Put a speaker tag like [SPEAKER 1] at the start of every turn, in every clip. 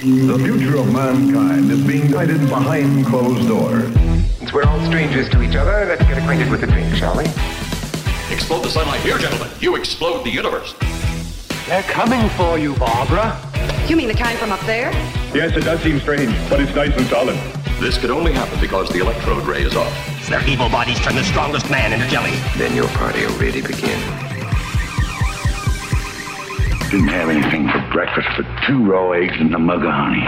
[SPEAKER 1] The future of mankind is being guided behind closed doors.
[SPEAKER 2] Since we're all strangers to each other, let's get acquainted with the drink, shall we?
[SPEAKER 3] Explode the sunlight here, gentlemen. You explode the universe.
[SPEAKER 4] They're coming for you, Barbara.
[SPEAKER 5] You mean the kind from up there?
[SPEAKER 6] Yes, it does seem strange, but it's nice and solid.
[SPEAKER 3] This could only happen because the electrode ray is off.
[SPEAKER 7] Their evil bodies turn the strongest man into jelly.
[SPEAKER 2] Then your party will really begin.
[SPEAKER 8] Didn't have anything for breakfast but two raw eggs and a mug of honey.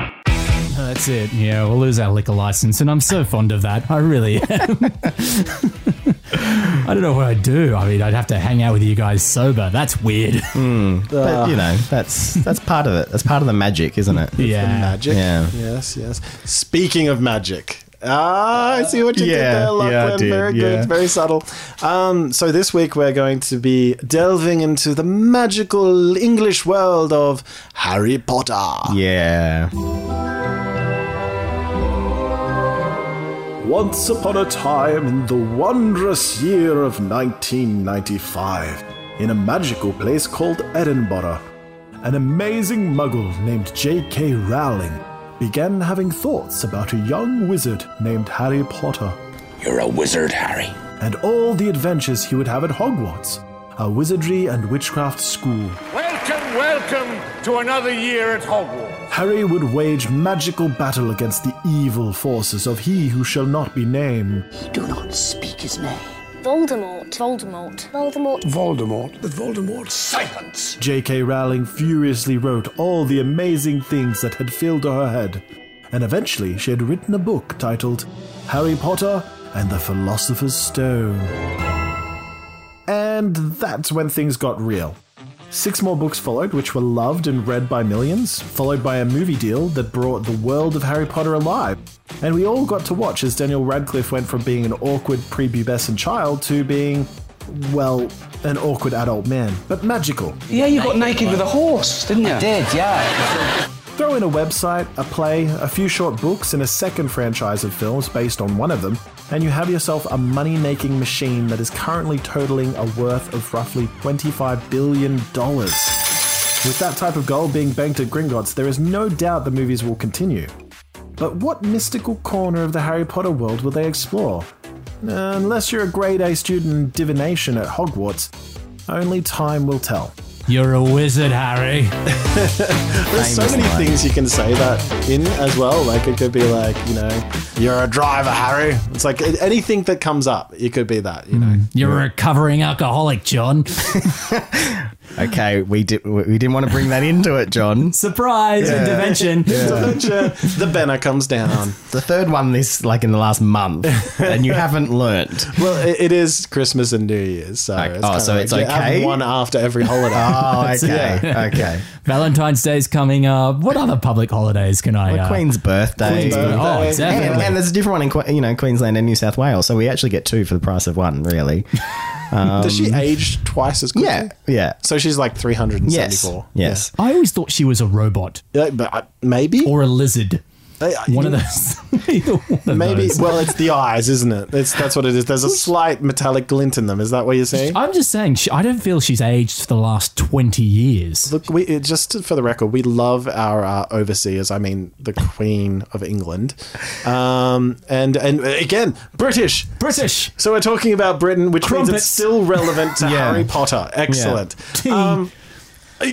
[SPEAKER 9] That's it. Yeah, we'll lose our liquor license, and I'm so fond of that. I really am. I don't know what I'd do. I mean, I'd have to hang out with you guys sober. That's weird.
[SPEAKER 10] But you know, that's that's part of it. That's part of the magic, isn't it?
[SPEAKER 9] yeah.
[SPEAKER 11] Magic.
[SPEAKER 10] Yeah.
[SPEAKER 11] Yes, yes. Speaking of magic. Ah, I see what you did
[SPEAKER 10] yeah,
[SPEAKER 11] there, Lachlan.
[SPEAKER 10] yeah, I did,
[SPEAKER 11] very
[SPEAKER 10] yeah.
[SPEAKER 11] good, very subtle. Um, so this week we're going to be delving into the magical English world of Harry Potter.
[SPEAKER 10] Yeah.
[SPEAKER 12] Once upon a time in the wondrous year of 1995, in a magical place called Edinburgh, an amazing muggle named J.K. Rowling began having thoughts about a young wizard named Harry Potter
[SPEAKER 7] You're a wizard, Harry.
[SPEAKER 12] and all the adventures he would have at Hogwarts, a wizardry and witchcraft school.
[SPEAKER 13] Welcome, welcome to another year at Hogwarts.
[SPEAKER 12] Harry would wage magical battle against the evil forces of he who shall not be named.
[SPEAKER 7] Do not speak his name.
[SPEAKER 14] Voldemort. Voldemort. Voldemort.
[SPEAKER 13] Voldemort. Voldemort. Silence.
[SPEAKER 12] J.K. Rowling furiously wrote all the amazing things that had filled her head, and eventually she had written a book titled Harry Potter and the Philosopher's Stone. And that's when things got real. Six more books followed, which were loved and read by millions, followed by a movie deal that brought the world of Harry Potter alive. And we all got to watch as Daniel Radcliffe went from being an awkward prepubescent child to being, well, an awkward adult man, but magical.
[SPEAKER 13] Yeah, you got naked with a horse, didn't you?
[SPEAKER 7] Did, yeah.
[SPEAKER 12] Throw in a website, a play, a few short books, and a second franchise of films based on one of them, and you have yourself a money making machine that is currently totaling a worth of roughly $25 billion. With that type of gold being banked at Gringotts, there is no doubt the movies will continue. But what mystical corner of the Harry Potter world will they explore? Unless you're a grade A student in divination at Hogwarts, only time will tell.
[SPEAKER 9] You're a wizard, Harry.
[SPEAKER 11] There's so
[SPEAKER 10] Famous
[SPEAKER 11] many
[SPEAKER 10] line.
[SPEAKER 11] things you can say that in as well. Like it could be like, you know, you're a driver, Harry. It's like a- anything that comes up, it could be that, you know.
[SPEAKER 10] Mm.
[SPEAKER 9] You're a recovering alcoholic, John.
[SPEAKER 10] Okay, we did. We didn't want to bring that into it, John.
[SPEAKER 9] Surprise, intervention.
[SPEAKER 11] the banner comes down.
[SPEAKER 10] um, The third one this like in the last month, and you haven't learnt.
[SPEAKER 11] Well, it, it is Christmas and New Year's, so
[SPEAKER 10] Like-
[SPEAKER 11] it's
[SPEAKER 10] oh,
[SPEAKER 11] kinda
[SPEAKER 10] so it's
[SPEAKER 11] you have
[SPEAKER 10] okay?
[SPEAKER 11] one after every holiday.
[SPEAKER 10] Oh, okay, okay.
[SPEAKER 9] Valentine's Day's coming up. What other public holidays can I?
[SPEAKER 10] Like
[SPEAKER 9] uh,
[SPEAKER 10] Queen's birthday.
[SPEAKER 11] Queen's birthday.
[SPEAKER 9] Oh, exactly.
[SPEAKER 10] And, and there's a different one in Que- you know Queensland and New South Wales, so we actually get two for the price of one, really.
[SPEAKER 11] Does she age twice as quickly?
[SPEAKER 10] Um, Yeah, yeah,
[SPEAKER 11] So she's like
[SPEAKER 10] yes,
[SPEAKER 11] 374.
[SPEAKER 10] yes.
[SPEAKER 9] I always thought she was a robot
[SPEAKER 11] Yeah, but I, maybe.
[SPEAKER 9] or a lizard.
[SPEAKER 11] I- I-
[SPEAKER 9] One of those. Either one of
[SPEAKER 11] Uh, Maybe.
[SPEAKER 9] those.
[SPEAKER 11] Well, it's the eyes, isn't it? It's, that's what it is. There's a slight metallic glint in them. Is that what you're saying?
[SPEAKER 9] I'm just saying, she, I don't feel she's aged for the last 20 years.
[SPEAKER 11] Look, we it- just for the record, we love our uh, overseers. I mean, the Queen of England, um, and and again, British.
[SPEAKER 9] British.
[SPEAKER 11] So we're talking about Britain, which means
[SPEAKER 9] Crumpets.
[SPEAKER 11] it's still relevant to
[SPEAKER 10] Yeah.
[SPEAKER 11] Harry Potter. Excellent.
[SPEAKER 9] Tea.
[SPEAKER 11] Um,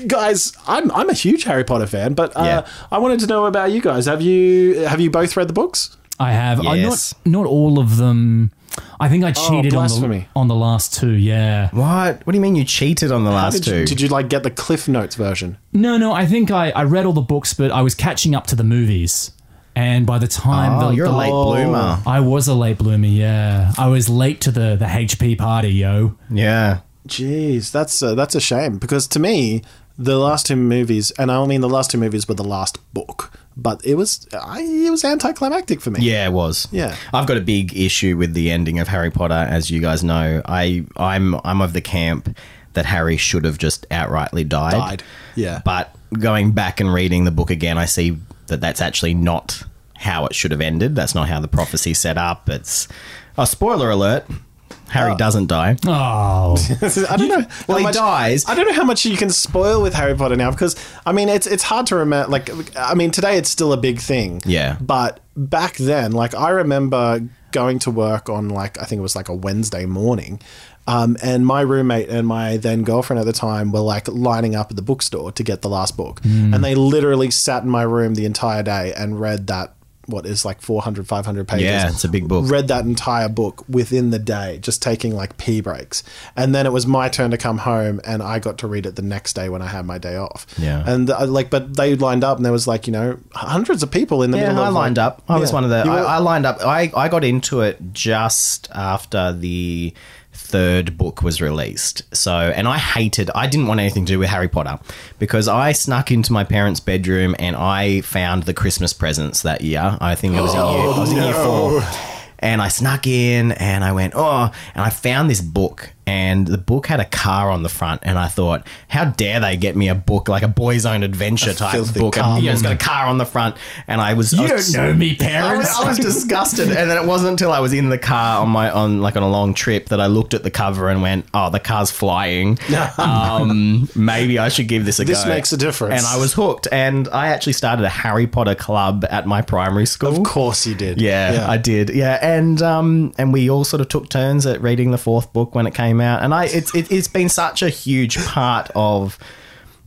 [SPEAKER 11] guys, I'm I'm a huge Harry Potter fan, but uh,
[SPEAKER 10] Yeah.
[SPEAKER 11] I wanted to know about you guys. Have you have you both read the books?
[SPEAKER 9] I have. I-
[SPEAKER 10] Yes.
[SPEAKER 9] not, not all of them. I think I cheated on, the,
[SPEAKER 11] Oh, blasphemy.
[SPEAKER 9] on the last two, yeah.
[SPEAKER 10] What? What do you mean you cheated on the last
[SPEAKER 11] Did you,
[SPEAKER 10] two?
[SPEAKER 11] did you like get the Cliff Notes version?
[SPEAKER 9] No, no, I think I, I read all the books, but I was catching up to the movies. And by the time
[SPEAKER 11] Ah,
[SPEAKER 10] oh,
[SPEAKER 9] the,
[SPEAKER 10] you're a
[SPEAKER 9] the-
[SPEAKER 10] late bloomer.
[SPEAKER 9] I was a late bloomer, yeah. I was late to the, the HP party, yo.
[SPEAKER 10] Yeah.
[SPEAKER 11] Jeez, that's a, that's a shame because to me, the last two movies, and I mean the last two movies were the last book, but it was I, it was anticlimactic for me.
[SPEAKER 10] Yeah, it was.
[SPEAKER 11] Yeah.
[SPEAKER 10] I've got a big issue with the ending of Harry Potter, as you guys know. I I'm I'm of the camp that Harry should have just outrightly died.
[SPEAKER 11] Died. Yeah.
[SPEAKER 10] But going back and reading the book again, I see that that's actually not
[SPEAKER 11] Oh,
[SPEAKER 10] how it should have ended. That's not how the prophecy set up. It's a spoiler alert. Harry doesn't die.
[SPEAKER 9] Oh,
[SPEAKER 11] I don't know.
[SPEAKER 10] Ah. Well,
[SPEAKER 11] how
[SPEAKER 10] he
[SPEAKER 11] much-
[SPEAKER 10] dies.
[SPEAKER 11] I don't know how much you can spoil with Harry Potter now because I mean it's it's hard to remember. Like I mean today it's still a big thing.
[SPEAKER 10] Yeah.
[SPEAKER 11] But back then, like I remember going to work on like I think it was like a Wednesday morning. Um, and my roommate and my then girlfriend at the time were like lining up at the bookstore to get the last book.
[SPEAKER 10] Hmm.
[SPEAKER 9] Mm.
[SPEAKER 11] And they literally sat in my room the entire day and read that, what is like 400, 500 pages
[SPEAKER 10] Yeah, it's a big book.
[SPEAKER 11] read that entire book within the day, just taking like pee breaks. And then it was my turn to come home and I got to read it the next day when I had my day off.
[SPEAKER 10] Yeah.
[SPEAKER 11] And uh, like, but they lined up and there was like, you know, hundreds of people in the
[SPEAKER 10] yeah,
[SPEAKER 11] middle
[SPEAKER 10] I
[SPEAKER 11] of
[SPEAKER 10] lined
[SPEAKER 11] like-
[SPEAKER 10] up. I was
[SPEAKER 11] Yeah.
[SPEAKER 10] one of the.
[SPEAKER 11] You
[SPEAKER 10] I,
[SPEAKER 11] were-
[SPEAKER 10] I lined up. I, I got into it just after the third book was released. So, and I hated. I didn't want anything to do with Harry Potter because I snuck into my parents' bedroom and I found the Christmas presents that year. I think it was in year. oh, I was in year
[SPEAKER 11] Oh, no.
[SPEAKER 10] four. And I snuck in and I went, oh, and I found this book. And the book had a car on the front. And I thought, how dare they get me a book like a boy's own adventure
[SPEAKER 11] A
[SPEAKER 10] type
[SPEAKER 11] filthy
[SPEAKER 10] book?
[SPEAKER 11] car.
[SPEAKER 10] And, you know, it's got a car on the front. And I was,
[SPEAKER 9] You
[SPEAKER 10] I was-
[SPEAKER 9] don't know me, parents.
[SPEAKER 10] I was, I was disgusted, and then it wasn't until I was in the car on my on like on a long trip that I looked at the cover and went, "Oh, the car's flying. um, maybe I should give this a
[SPEAKER 11] Oh, This
[SPEAKER 10] go."
[SPEAKER 11] makes a difference.
[SPEAKER 10] And I was hooked, and I actually started a Harry Potter club at my primary school.
[SPEAKER 11] Of course you did.
[SPEAKER 10] Yeah, I did. Yeah, and um, and we all sort of took turns at reading the fourth book when it came out, and I it's it, it's been such a huge part of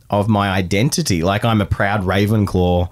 [SPEAKER 10] of my identity. Like I'm a proud Ravenclaw.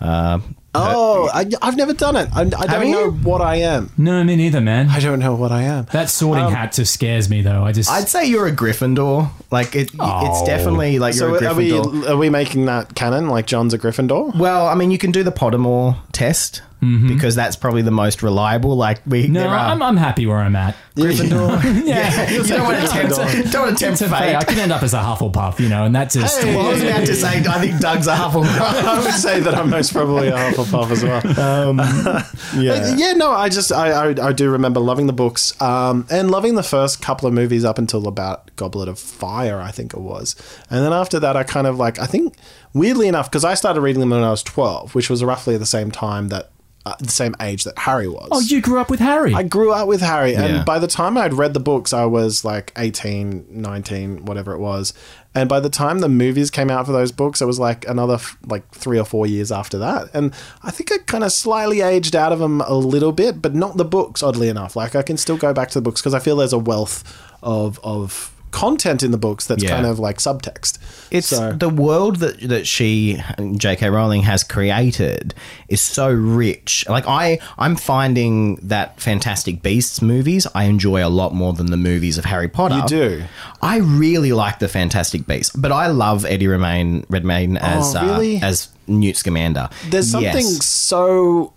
[SPEAKER 10] Uh,
[SPEAKER 11] Oh, I, I've never done it. I, I don't know what I am.
[SPEAKER 9] No, me neither, man. I
[SPEAKER 11] don't know what I am.
[SPEAKER 9] That sorting hat just scares me, though. I just.
[SPEAKER 10] I'd say you're a Gryffindor. Like it,
[SPEAKER 9] Oh.
[SPEAKER 10] it's definitely like
[SPEAKER 11] so
[SPEAKER 10] you're a
[SPEAKER 11] are we
[SPEAKER 10] Gryffindor.
[SPEAKER 11] are we making that canon? Like John's a Gryffindor?
[SPEAKER 10] well, I mean, you can do the Pottermore test
[SPEAKER 9] Mm-hmm.
[SPEAKER 10] because that's probably the most reliable. Like we,
[SPEAKER 9] no,
[SPEAKER 10] there are,
[SPEAKER 9] I'm, I'm happy where I'm at.
[SPEAKER 10] Gryffindor.
[SPEAKER 9] yeah,
[SPEAKER 10] you don't want to tempt, don't want to tempt fate.
[SPEAKER 9] I could end up as a Hufflepuff, you know, and that just.
[SPEAKER 10] Well, I was about to say, I think Doug's a
[SPEAKER 11] I
[SPEAKER 10] Hufflepuff.
[SPEAKER 11] would say that I'm most probably a Hufflepuff as well. Uh,
[SPEAKER 10] yeah.
[SPEAKER 11] yeah, no, I just I, I I do remember loving the books, um, and loving the first couple of movies up until about Goblet of Fire, I think it was, and then after that, I kind of like I think weirdly enough because I started reading them when I was twelve, which was roughly the same time that uh, the same age that Harry was.
[SPEAKER 9] Oh, you grew up with Harry.
[SPEAKER 11] I grew up with Harry,
[SPEAKER 9] Yeah.
[SPEAKER 11] and by the time I'd read the books, I was like 18, 19, whatever it was. And by the time the movies came out for those books, it was like another f- like three or four years after that. And I think I kind of slightly aged out of them a little bit, but not the books, oddly enough. Like I can still go back to the books because I feel there's a wealth of of content in the books that's
[SPEAKER 10] Yeah.
[SPEAKER 11] kind of like subtext.
[SPEAKER 10] It's the world that that she J.K. Rowling has created is so rich. Like I, I'm finding that Fantastic Beasts movies I enjoy a lot more than the movies of Harry Potter.
[SPEAKER 11] You do.
[SPEAKER 10] I really like the Fantastic Beasts, but I love Eddie Redmayne, Redmayne as
[SPEAKER 11] Oh, really?
[SPEAKER 10] uh, as Newt Scamander.
[SPEAKER 11] There's something
[SPEAKER 10] Yes.
[SPEAKER 11] so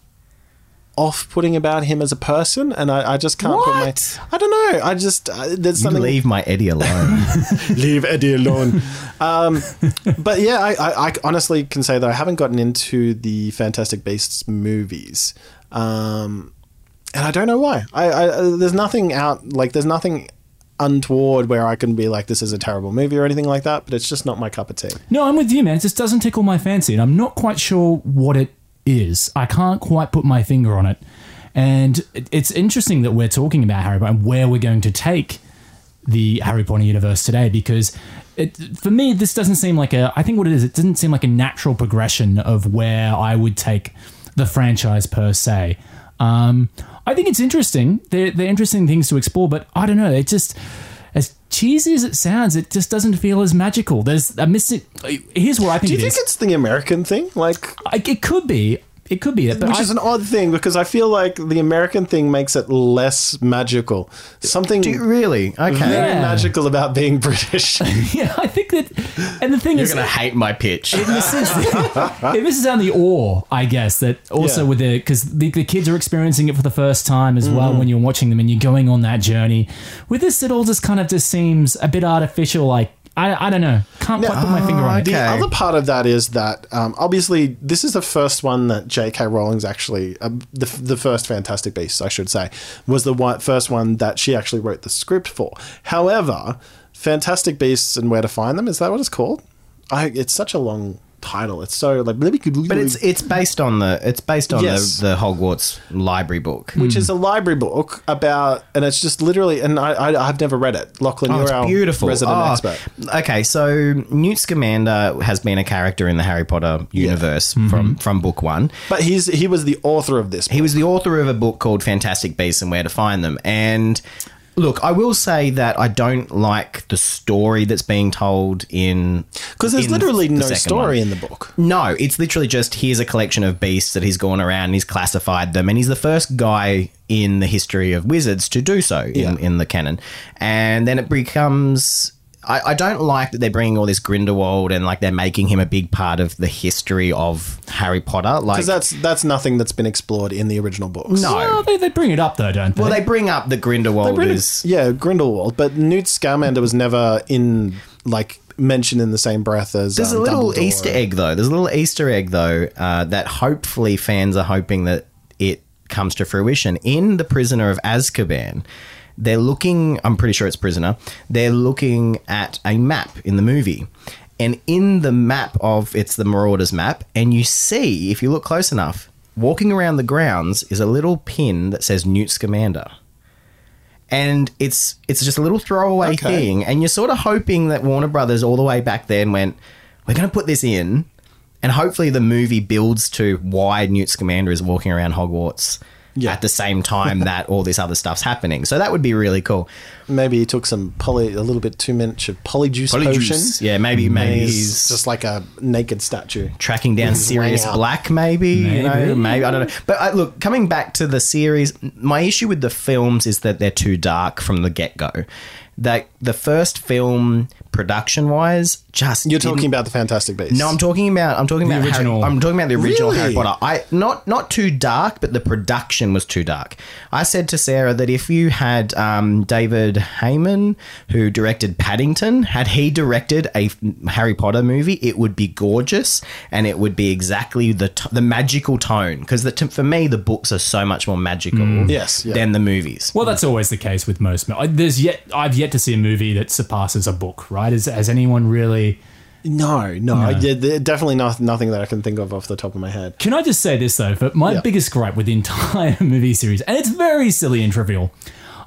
[SPEAKER 11] off-putting about him as a person, and I, I just can't put my. I don't know. I just uh, there's
[SPEAKER 10] You
[SPEAKER 11] something.
[SPEAKER 10] leave my Eddie alone.
[SPEAKER 11] leave Eddie alone. um, but yeah, I, I, I honestly can say that I haven't gotten into the Fantastic Beasts movies, um, and I don't know why. I, I uh, there's nothing out like there's nothing untoward where I can be like this is a terrible movie or anything like that. But it's just not my cup of tea.
[SPEAKER 9] No, I'm with you, man. It just doesn't tickle my fancy, and I'm not quite sure what it is. I can't quite put my finger on it. And it- it's interesting that we're talking about Harry Potter and where we're going to take the Harry Potter universe today because it, for me, this doesn't seem like a. I think what it is, it doesn't seem like a natural progression of where I would take the franchise per se. Um, I think it's interesting. They're, they're interesting things to explore, but I don't know. It just as cheesy as it sounds, it just doesn't feel as magical. There's a missing. Here's what I think.
[SPEAKER 11] Do you
[SPEAKER 9] it
[SPEAKER 11] think
[SPEAKER 9] is.
[SPEAKER 11] it's the American thing? Like
[SPEAKER 9] I, it could be. It could be. But
[SPEAKER 11] Which
[SPEAKER 9] I-
[SPEAKER 11] is an odd thing because I feel like the American thing makes it less magical. Something
[SPEAKER 10] really okay
[SPEAKER 11] very
[SPEAKER 9] Yeah.
[SPEAKER 11] magical about being British.
[SPEAKER 9] yeah, I think that. And the thing
[SPEAKER 10] You're
[SPEAKER 9] is,
[SPEAKER 10] gonna hate my pitch.
[SPEAKER 9] it misses it misses out on the awe, I guess. That also
[SPEAKER 10] Yeah.
[SPEAKER 9] with the because the, the kids are experiencing it for the first time as
[SPEAKER 11] Mm-hmm.
[SPEAKER 9] well when you're watching them and you're going on that journey. With this, it all just kind of just seems a bit artificial. Like I, I don't know, can't quite put my finger on it.
[SPEAKER 11] The other part of that is that um, obviously this is the first one that J.K. Rowling's actually uh, the the first Fantastic Beasts, I should say, was the one, first one that she actually wrote the script for. However, Fantastic Beasts and Where to Find Them is that what it's called? I it's such a long title. It's so like, but
[SPEAKER 10] But it's it's based on the it's based on
[SPEAKER 11] Yes.
[SPEAKER 10] the, the Hogwarts library book,
[SPEAKER 11] which is a library book about, and it's just literally, and I, I I've never read it. Lachlan,
[SPEAKER 10] Oh,
[SPEAKER 11] you're
[SPEAKER 10] it's
[SPEAKER 11] our
[SPEAKER 10] beautiful.
[SPEAKER 11] resident
[SPEAKER 10] Oh,
[SPEAKER 11] expert.
[SPEAKER 10] Okay, so Newt Scamander has been a character in the Harry Potter universe from from book one,
[SPEAKER 11] but he's he was the author of this.
[SPEAKER 10] He was the author of a book called Fantastic Beasts and Where to Find Them, and. Look, I will say that I don't like the story that's being told in
[SPEAKER 11] Because there's
[SPEAKER 10] in
[SPEAKER 11] literally
[SPEAKER 10] the
[SPEAKER 11] no
[SPEAKER 10] second
[SPEAKER 11] story
[SPEAKER 10] one.
[SPEAKER 11] in the book.
[SPEAKER 10] No, it's literally just here's a collection of beasts that he's gone around and he's classified them, and he's the first guy in the history of wizards to do so in, in the canon. And then it becomes. I, I don't like that they're bringing all this Grindelwald and like they're making him a big part of the history of Harry Potter. Like
[SPEAKER 11] Because that's that's nothing that's been explored in the original books.
[SPEAKER 10] No. Well,
[SPEAKER 9] they, they bring it up though, don't
[SPEAKER 10] Well, they bring up the Grindelwald is.
[SPEAKER 11] yeah, Grindelwald, but Newt Scamander was never in like mentioned in the same breath as
[SPEAKER 10] There's
[SPEAKER 11] um,
[SPEAKER 10] a little
[SPEAKER 11] Dumbledore.
[SPEAKER 10] Easter egg though. There's a little Easter egg though uh, that hopefully fans are hoping that it comes to fruition in the Prisoner of Azkaban. They're looking. I'm pretty sure it's Prisoner. They're looking at a map in the movie. And in the map of it's the Marauders map, and you see, if you look close enough, walking around the grounds is a little pin that says Newt Scamander and it's it's just a little throwaway thing and you're sort of hoping that Warner Brothers all the way back then went we're going to put this in and hopefully the movie builds to why Newt Scamander is walking around Hogwarts at the same time that all this other stuff's happening so that would be really cool
[SPEAKER 11] Maybe he took some poly, a little bit too much of polyjuice,
[SPEAKER 10] Polyjuice.
[SPEAKER 11] potion.
[SPEAKER 10] Yeah, maybe-
[SPEAKER 11] And
[SPEAKER 10] maybe he's-
[SPEAKER 11] he's just like a naked statue.
[SPEAKER 10] tracking down
[SPEAKER 11] He's
[SPEAKER 10] Sirius
[SPEAKER 11] way out.
[SPEAKER 10] Black, maybe. You know,
[SPEAKER 11] Maybe.
[SPEAKER 10] maybe I don't know. But I, look, coming back to the series, my issue with the films is that they're too dark from the get go. That the first film, production wise, just
[SPEAKER 11] You're talking
[SPEAKER 10] didn't-
[SPEAKER 11] about the Fantastic Beasts.
[SPEAKER 10] No, I'm talking about I'm talking
[SPEAKER 11] The
[SPEAKER 10] about
[SPEAKER 11] original.
[SPEAKER 10] Harry, I'm talking about the original Harry
[SPEAKER 11] Really?
[SPEAKER 10] Potter. I not not too dark, but the production was too dark. I said to Sarah that if you had um, David Heyman, who directed Paddington, had he directed a f- Harry Potter movie, it would be gorgeous and it would be exactly the t- the magical tone. Because for me, the books are so much more magical
[SPEAKER 9] Mm. Yes, yeah.
[SPEAKER 10] than the movies.
[SPEAKER 9] Well, that's always the case with most. mo- I- There's yet I've yet to see a movie that surpasses a book, right? Is, has anyone really?
[SPEAKER 11] No,
[SPEAKER 9] No.
[SPEAKER 11] no, I- yeah, there- definitely not, nothing that I can think of off the top of my head.
[SPEAKER 9] Can I just say this though? But my biggest gripe with the entire movie series, and it's very silly and trivial.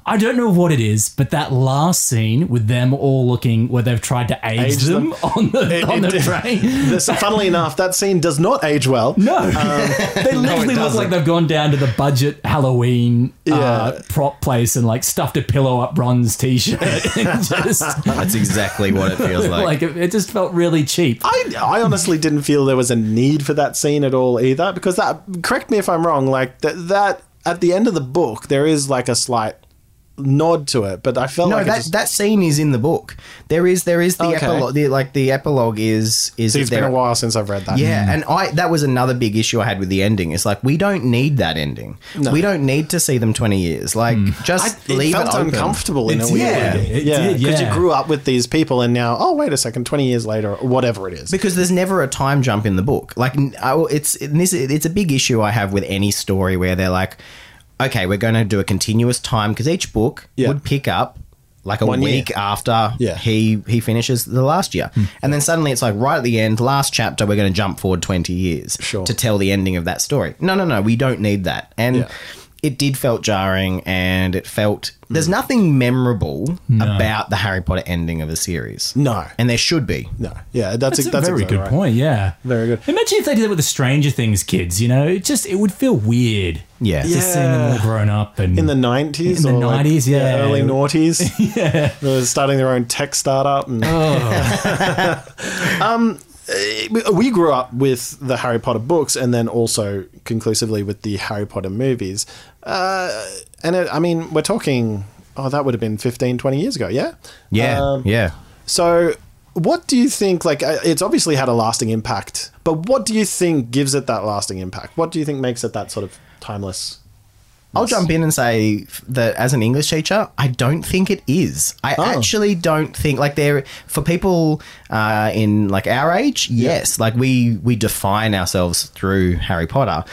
[SPEAKER 9] I don't know what it is, but that last scene with them all looking where they've tried to age,
[SPEAKER 11] Age
[SPEAKER 9] them,
[SPEAKER 11] them.
[SPEAKER 9] on the
[SPEAKER 11] It-
[SPEAKER 9] on
[SPEAKER 11] it-
[SPEAKER 9] the train.
[SPEAKER 11] This- funnily enough, that scene does not age well.
[SPEAKER 9] No,
[SPEAKER 10] Uh,
[SPEAKER 9] they literally look like they've gone down to the budget Halloween uh, prop place and like stuffed a pillow up Ron's t-shirt and just
[SPEAKER 10] That's exactly what it feels like.
[SPEAKER 9] it, it just felt really cheap.
[SPEAKER 11] I, I honestly didn't feel there was a need for that scene at all either because that correct me if I'm wrong like that that at the end of the book there is like a slight nod to it but I felt
[SPEAKER 10] no,
[SPEAKER 11] like it
[SPEAKER 10] that
[SPEAKER 11] just-
[SPEAKER 10] that scene is in the book. There is there is the
[SPEAKER 11] Okay.
[SPEAKER 10] epilogue. The, like the epilogue is is
[SPEAKER 11] See, it's been
[SPEAKER 10] there-
[SPEAKER 11] a while since I've read that Hmm.
[SPEAKER 10] Yeah, and I that was another big issue I had with the ending. It's like we don't need that ending.
[SPEAKER 11] No.
[SPEAKER 10] We don't need to see them twenty years. Like just
[SPEAKER 11] I, it
[SPEAKER 10] leave
[SPEAKER 11] felt
[SPEAKER 10] it open.
[SPEAKER 11] uncomfortable in a
[SPEAKER 10] Hmm. It's-
[SPEAKER 11] weird
[SPEAKER 10] yeah,
[SPEAKER 11] way.
[SPEAKER 10] it
[SPEAKER 11] yeah,
[SPEAKER 10] did,
[SPEAKER 11] because
[SPEAKER 10] yeah.
[SPEAKER 11] you grew up with these people, and now, oh wait a second, twenty years later, or whatever it is.
[SPEAKER 10] because there's never a time jump in the book. Like n- I will- it's and this it's a big issue I have with any story where they're like, okay, we're going to do a continuous time because each book would pick up like a
[SPEAKER 11] One year. Hmm.
[SPEAKER 10] week after he he finishes the last year, and then suddenly it's like right at the end, last chapter, we're going to jump forward twenty years to tell the ending of that story. No, no, no, we don't need that, and. It did felt jarring, and it felt there's
[SPEAKER 11] Hmm.
[SPEAKER 10] nothing memorable about the Harry Potter ending of a series.
[SPEAKER 11] No,
[SPEAKER 10] and there should be.
[SPEAKER 11] No, yeah, that's
[SPEAKER 9] That's a very
[SPEAKER 11] exactly
[SPEAKER 9] good
[SPEAKER 11] right.
[SPEAKER 9] point. Yeah,
[SPEAKER 11] very good.
[SPEAKER 9] Imagine if they did it with the Stranger Things kids. You know, it just it would feel weird.
[SPEAKER 10] Yeah,
[SPEAKER 9] just seeing them all grown up and
[SPEAKER 11] in the nineties,
[SPEAKER 9] In the 90s, yeah.
[SPEAKER 11] early noughties, yeah, they were starting their own tech startup. And
[SPEAKER 9] Oh.
[SPEAKER 11] um, eh, we- we grew up with the Harry Potter books, and then also conclusively with the Harry Potter movies. Uh, and it, I mean, we're talking. Oh, that would have been 15, 20 years ago. Yeah.
[SPEAKER 10] Yeah,
[SPEAKER 11] Um,
[SPEAKER 10] yeah.
[SPEAKER 11] So, what do you think? Like, uh, it's obviously had a lasting impact, but what do you think gives it that lasting impact? What do you think makes it that sort of timeless?
[SPEAKER 10] I'll jump in and say f- that as an English teacher, I don't think it is. I actually don't think like there for people uh, in like our age. Yes, like we we define ourselves through Harry Potter.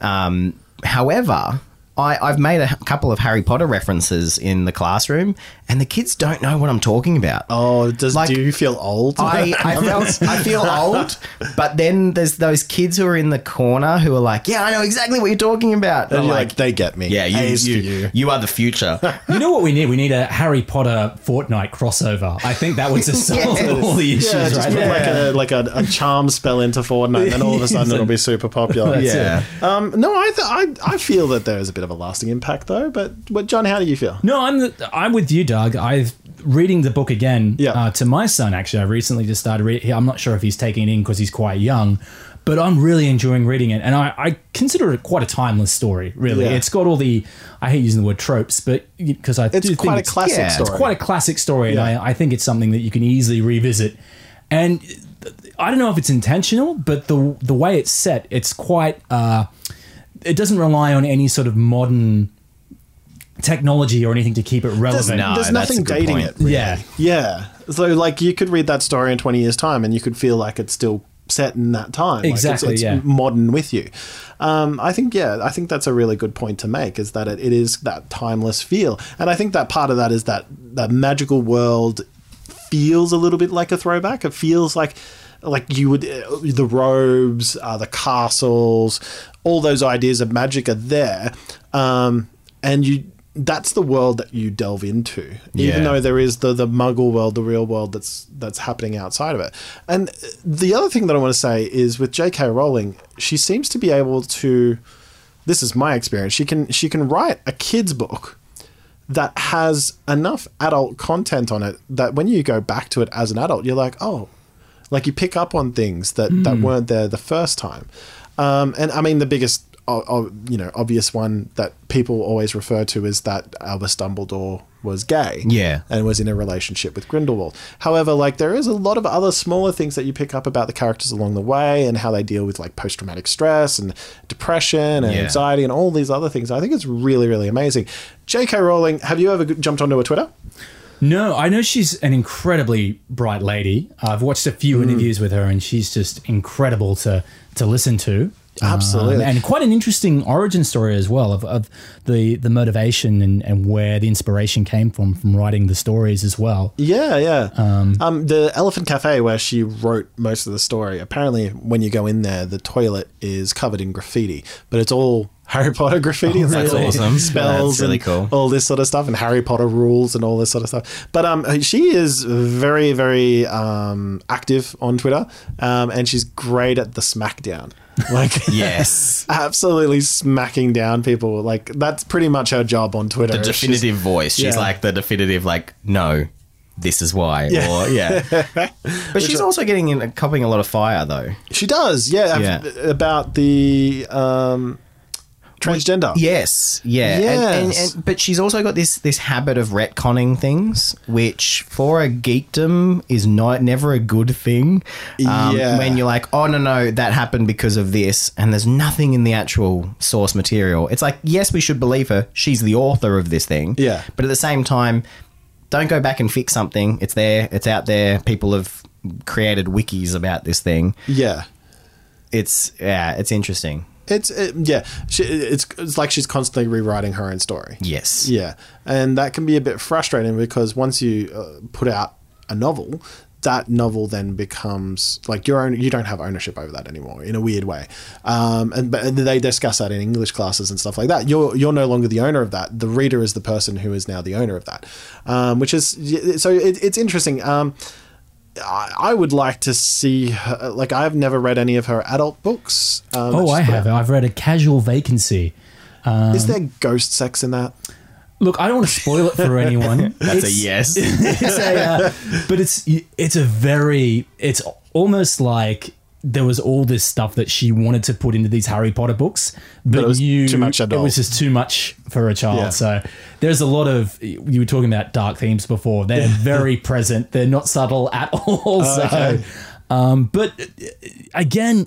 [SPEAKER 10] Um, however, I, I've made a couple of Harry Potter references in the classroom, and the kids don't know what I'm talking about.
[SPEAKER 11] Oh, does do you feel old?
[SPEAKER 10] I, I, feel, I feel old, but then there's those kids who are in the corner who are like, "Yeah, I know exactly what you're talking about."
[SPEAKER 11] And
[SPEAKER 10] I'm
[SPEAKER 11] you're like, they get me.
[SPEAKER 10] Yeah, you,
[SPEAKER 11] A's to
[SPEAKER 10] you,
[SPEAKER 11] you."
[SPEAKER 10] you, are the future.
[SPEAKER 9] You know what we need? We need a Harry Potter Fortnite crossover. I think that would just solve all the issues
[SPEAKER 11] yeah,
[SPEAKER 9] right
[SPEAKER 11] just put
[SPEAKER 9] there.
[SPEAKER 11] like a like a, a charm spell into Fortnite, and all of a sudden it'll be super popular.
[SPEAKER 10] That's Yeah.
[SPEAKER 11] Um, no, I, th- I I feel that there is a bit of a lasting impact though. But but John, how do you feel?
[SPEAKER 9] No, I'm the, I'm with you, Doug. I've reading the book again uh, to my son. Actually, I recently just started. Re- I'm not sure if he's taking it in because he's quite young, but I'm really enjoying reading it, and I, I consider it quite a timeless story. Really,
[SPEAKER 11] Yeah.
[SPEAKER 9] it's got all the I hate using the word tropes, but because I
[SPEAKER 11] It's
[SPEAKER 9] do
[SPEAKER 11] quite a
[SPEAKER 9] think
[SPEAKER 11] classic
[SPEAKER 9] It's
[SPEAKER 11] story.
[SPEAKER 9] quite a classic story, and
[SPEAKER 11] Yeah.
[SPEAKER 9] I, I think it's something that you can easily revisit. And I don't know if it's intentional, but the the way it's set, it's quite. Uh, it doesn't rely on any sort of modern technology or anything to keep it relevant.
[SPEAKER 11] There's, there's nothing dating it. really.
[SPEAKER 9] Yeah.
[SPEAKER 11] yeah. So like you could read that story in 20 years time, and you could feel like it's still set in that time. Like, it's-
[SPEAKER 9] Exactly,
[SPEAKER 11] it's,
[SPEAKER 9] yeah.
[SPEAKER 11] modern with you. Um, I think yeah, I think that's a really good point to make is that it, it is that timeless feel, and I think that part of that is that that magical world feels a little bit like a throwback. It feels like like you would uh, the robes, uh, the castles, all those ideas of magic are there, um, and you that's the world that you delve into,
[SPEAKER 10] Yeah.
[SPEAKER 11] even though there is the the Muggle world, the real world that's that's happening outside of it. And uh, the other thing that I want to say is with J.K. Rowling, she seems to be able to. This is my experience. She can she can write a kids book that has enough adult content on it that when you go back to it as an adult, you're like, oh, like you pick up on things that that
[SPEAKER 12] Hmm.
[SPEAKER 11] weren't there the first time. Um, and I mean, the biggest, o- o- you know, obvious one that people always refer to is that Albus Dumbledore was gay,
[SPEAKER 10] Yeah.
[SPEAKER 11] and was in a relationship with Grindelwald. However, like there is a lot of other smaller things that you pick up about the characters along the way and how they deal with like post traumatic stress and depression and
[SPEAKER 10] Yeah.
[SPEAKER 11] anxiety and all these other things. I think it's really, really amazing. J.K. Rowling, have you ever g- jumped onto a Twitter?
[SPEAKER 9] No, I know she's an incredibly bright lady. I've watched a few interviews with her, and she's just incredible to to listen to. Uh,
[SPEAKER 11] Absolutely.
[SPEAKER 9] and quite an interesting origin story as well of, of the the motivation and, and where the inspiration came from from writing the stories as well.
[SPEAKER 11] Yeah, yeah. Um, the Elephant Cafe, where she wrote most of the story, apparently when you go in there, the toilet is covered in graffiti, but it's all Harry Potter graffiti.
[SPEAKER 10] Oh,
[SPEAKER 11] It's
[SPEAKER 10] that's
[SPEAKER 11] like all
[SPEAKER 10] awesome.
[SPEAKER 11] Spells
[SPEAKER 10] That's really
[SPEAKER 11] and
[SPEAKER 10] cool.
[SPEAKER 11] all this sort of stuff, and Harry Potter rules and all this sort of stuff. But um, she is very, very um, active on Twitter, um, and she's great at the smackdown. Like
[SPEAKER 10] Yes.
[SPEAKER 11] absolutely smacking down people. Like that's pretty much her job on Twitter.
[SPEAKER 10] the
[SPEAKER 11] She's-
[SPEAKER 10] definitive voice. She's
[SPEAKER 11] Yeah.
[SPEAKER 10] like the definitive, like, no, this is why.
[SPEAKER 11] Yeah.
[SPEAKER 10] Or, yeah. but she's also getting in, copying a lot of fire, though.
[SPEAKER 11] She does, yeah. I've-
[SPEAKER 10] Yeah.
[SPEAKER 11] About the um, transgender.
[SPEAKER 10] Yes, yeah. And,
[SPEAKER 11] Yes.
[SPEAKER 10] and, and, but she's also got this this habit of retconning things, which for a geekdom is not never a good thing. Um,
[SPEAKER 11] Yeah.
[SPEAKER 10] When you're like, oh no no, that happened because of this, and there's nothing in the actual source material. It's like, yes, we should believe her. She's the author of this thing.
[SPEAKER 11] Yeah.
[SPEAKER 10] But at the same time, don't go back and fix something. It's there. It's out there. People have created wikis about this thing.
[SPEAKER 11] Yeah.
[SPEAKER 10] It's yeah. It's interesting.
[SPEAKER 11] It's it, yeah. She, it's it's like she's constantly rewriting her own story.
[SPEAKER 10] Yes.
[SPEAKER 11] Yeah, and that can be a bit frustrating because once you uh, put out a novel, that novel then becomes like your own. You don't have ownership over that anymore in a weird way. Um, and but and they discuss that in English classes and stuff like that. You're you're no longer the owner of that. The reader is the person who is now the owner of that, um, which is y- so it, it's interesting. Um, I I would like to see her, like I've never read any of her adult books. Um,
[SPEAKER 9] oh,
[SPEAKER 11] that's
[SPEAKER 9] I
[SPEAKER 11] just-
[SPEAKER 9] have. I've read a casual vacancy. Um,
[SPEAKER 11] Is there ghost sex in that?
[SPEAKER 9] Look, I don't want to spoil it for anyone.
[SPEAKER 10] That's a
[SPEAKER 9] It's-
[SPEAKER 10] yes.
[SPEAKER 9] it's a, uh, but it's it's a very it's almost like there was all this stuff that she wanted to put into these Harry Potter books, but,
[SPEAKER 11] it was
[SPEAKER 9] you,
[SPEAKER 11] too much
[SPEAKER 9] It
[SPEAKER 11] adult.
[SPEAKER 9] was just too much for a child.
[SPEAKER 11] Yeah.
[SPEAKER 9] So there's a lot of you were talking about dark themes before. They're very present. They're not subtle at all.
[SPEAKER 11] Oh,
[SPEAKER 9] so,
[SPEAKER 11] okay.
[SPEAKER 9] um, but uh, again.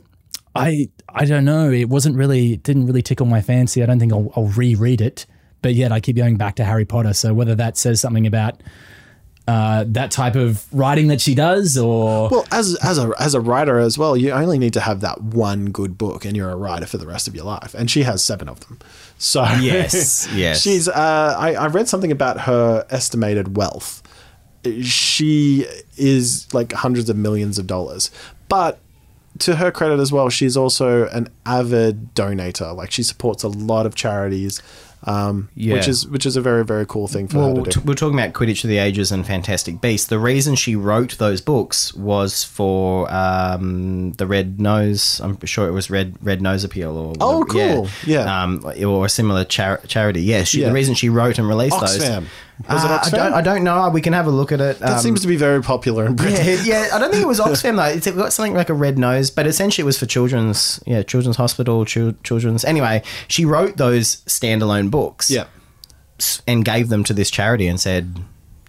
[SPEAKER 9] I I don't know. It wasn't really it didn't really tickle my fancy. I don't think I'll, I'll reread it. But yet I keep going back to Harry Potter. So whether that says something about uh, that type of writing that she does, or
[SPEAKER 11] well, as as a as a writer as well, you only need to have that one good book, and you're a writer for the rest of your life. And she has seven of them, so
[SPEAKER 10] Yes, yes.
[SPEAKER 11] she's. Uh, I, I read something about her estimated wealth. She is like hundreds of millions of dollars, but to her credit as well, she's also an avid donator. Like she supports a lot of charities, um, which
[SPEAKER 10] Yeah.
[SPEAKER 11] is which is a very very cool thing for her
[SPEAKER 10] Well,
[SPEAKER 11] to
[SPEAKER 10] t-
[SPEAKER 11] do.
[SPEAKER 10] we're talking about Quidditch of the Ages and Fantastic Beasts. The reason she wrote those books was for um, the Red Nose. I'm sure it was Red Red Nose Appeal or
[SPEAKER 11] Oh, cool.
[SPEAKER 10] yeah, Um, or a similar char- charity. Yeah, she,
[SPEAKER 11] Yeah.
[SPEAKER 10] the reason she wrote and released
[SPEAKER 11] Oxfam.
[SPEAKER 10] those.
[SPEAKER 11] Was it
[SPEAKER 10] Uh, I,
[SPEAKER 11] Oxfam?
[SPEAKER 10] don't, I don't know. We can have a look at it. Um,
[SPEAKER 11] That seems to be very popular in Britain.
[SPEAKER 10] yeah, yeah, I don't think it was Oxfam though. It's, it got something like a red nose, but essentially it was for children's, yeah, children's hospital, chil- children's. Anyway, she wrote those standalone books, yeah, and gave them to this charity and said,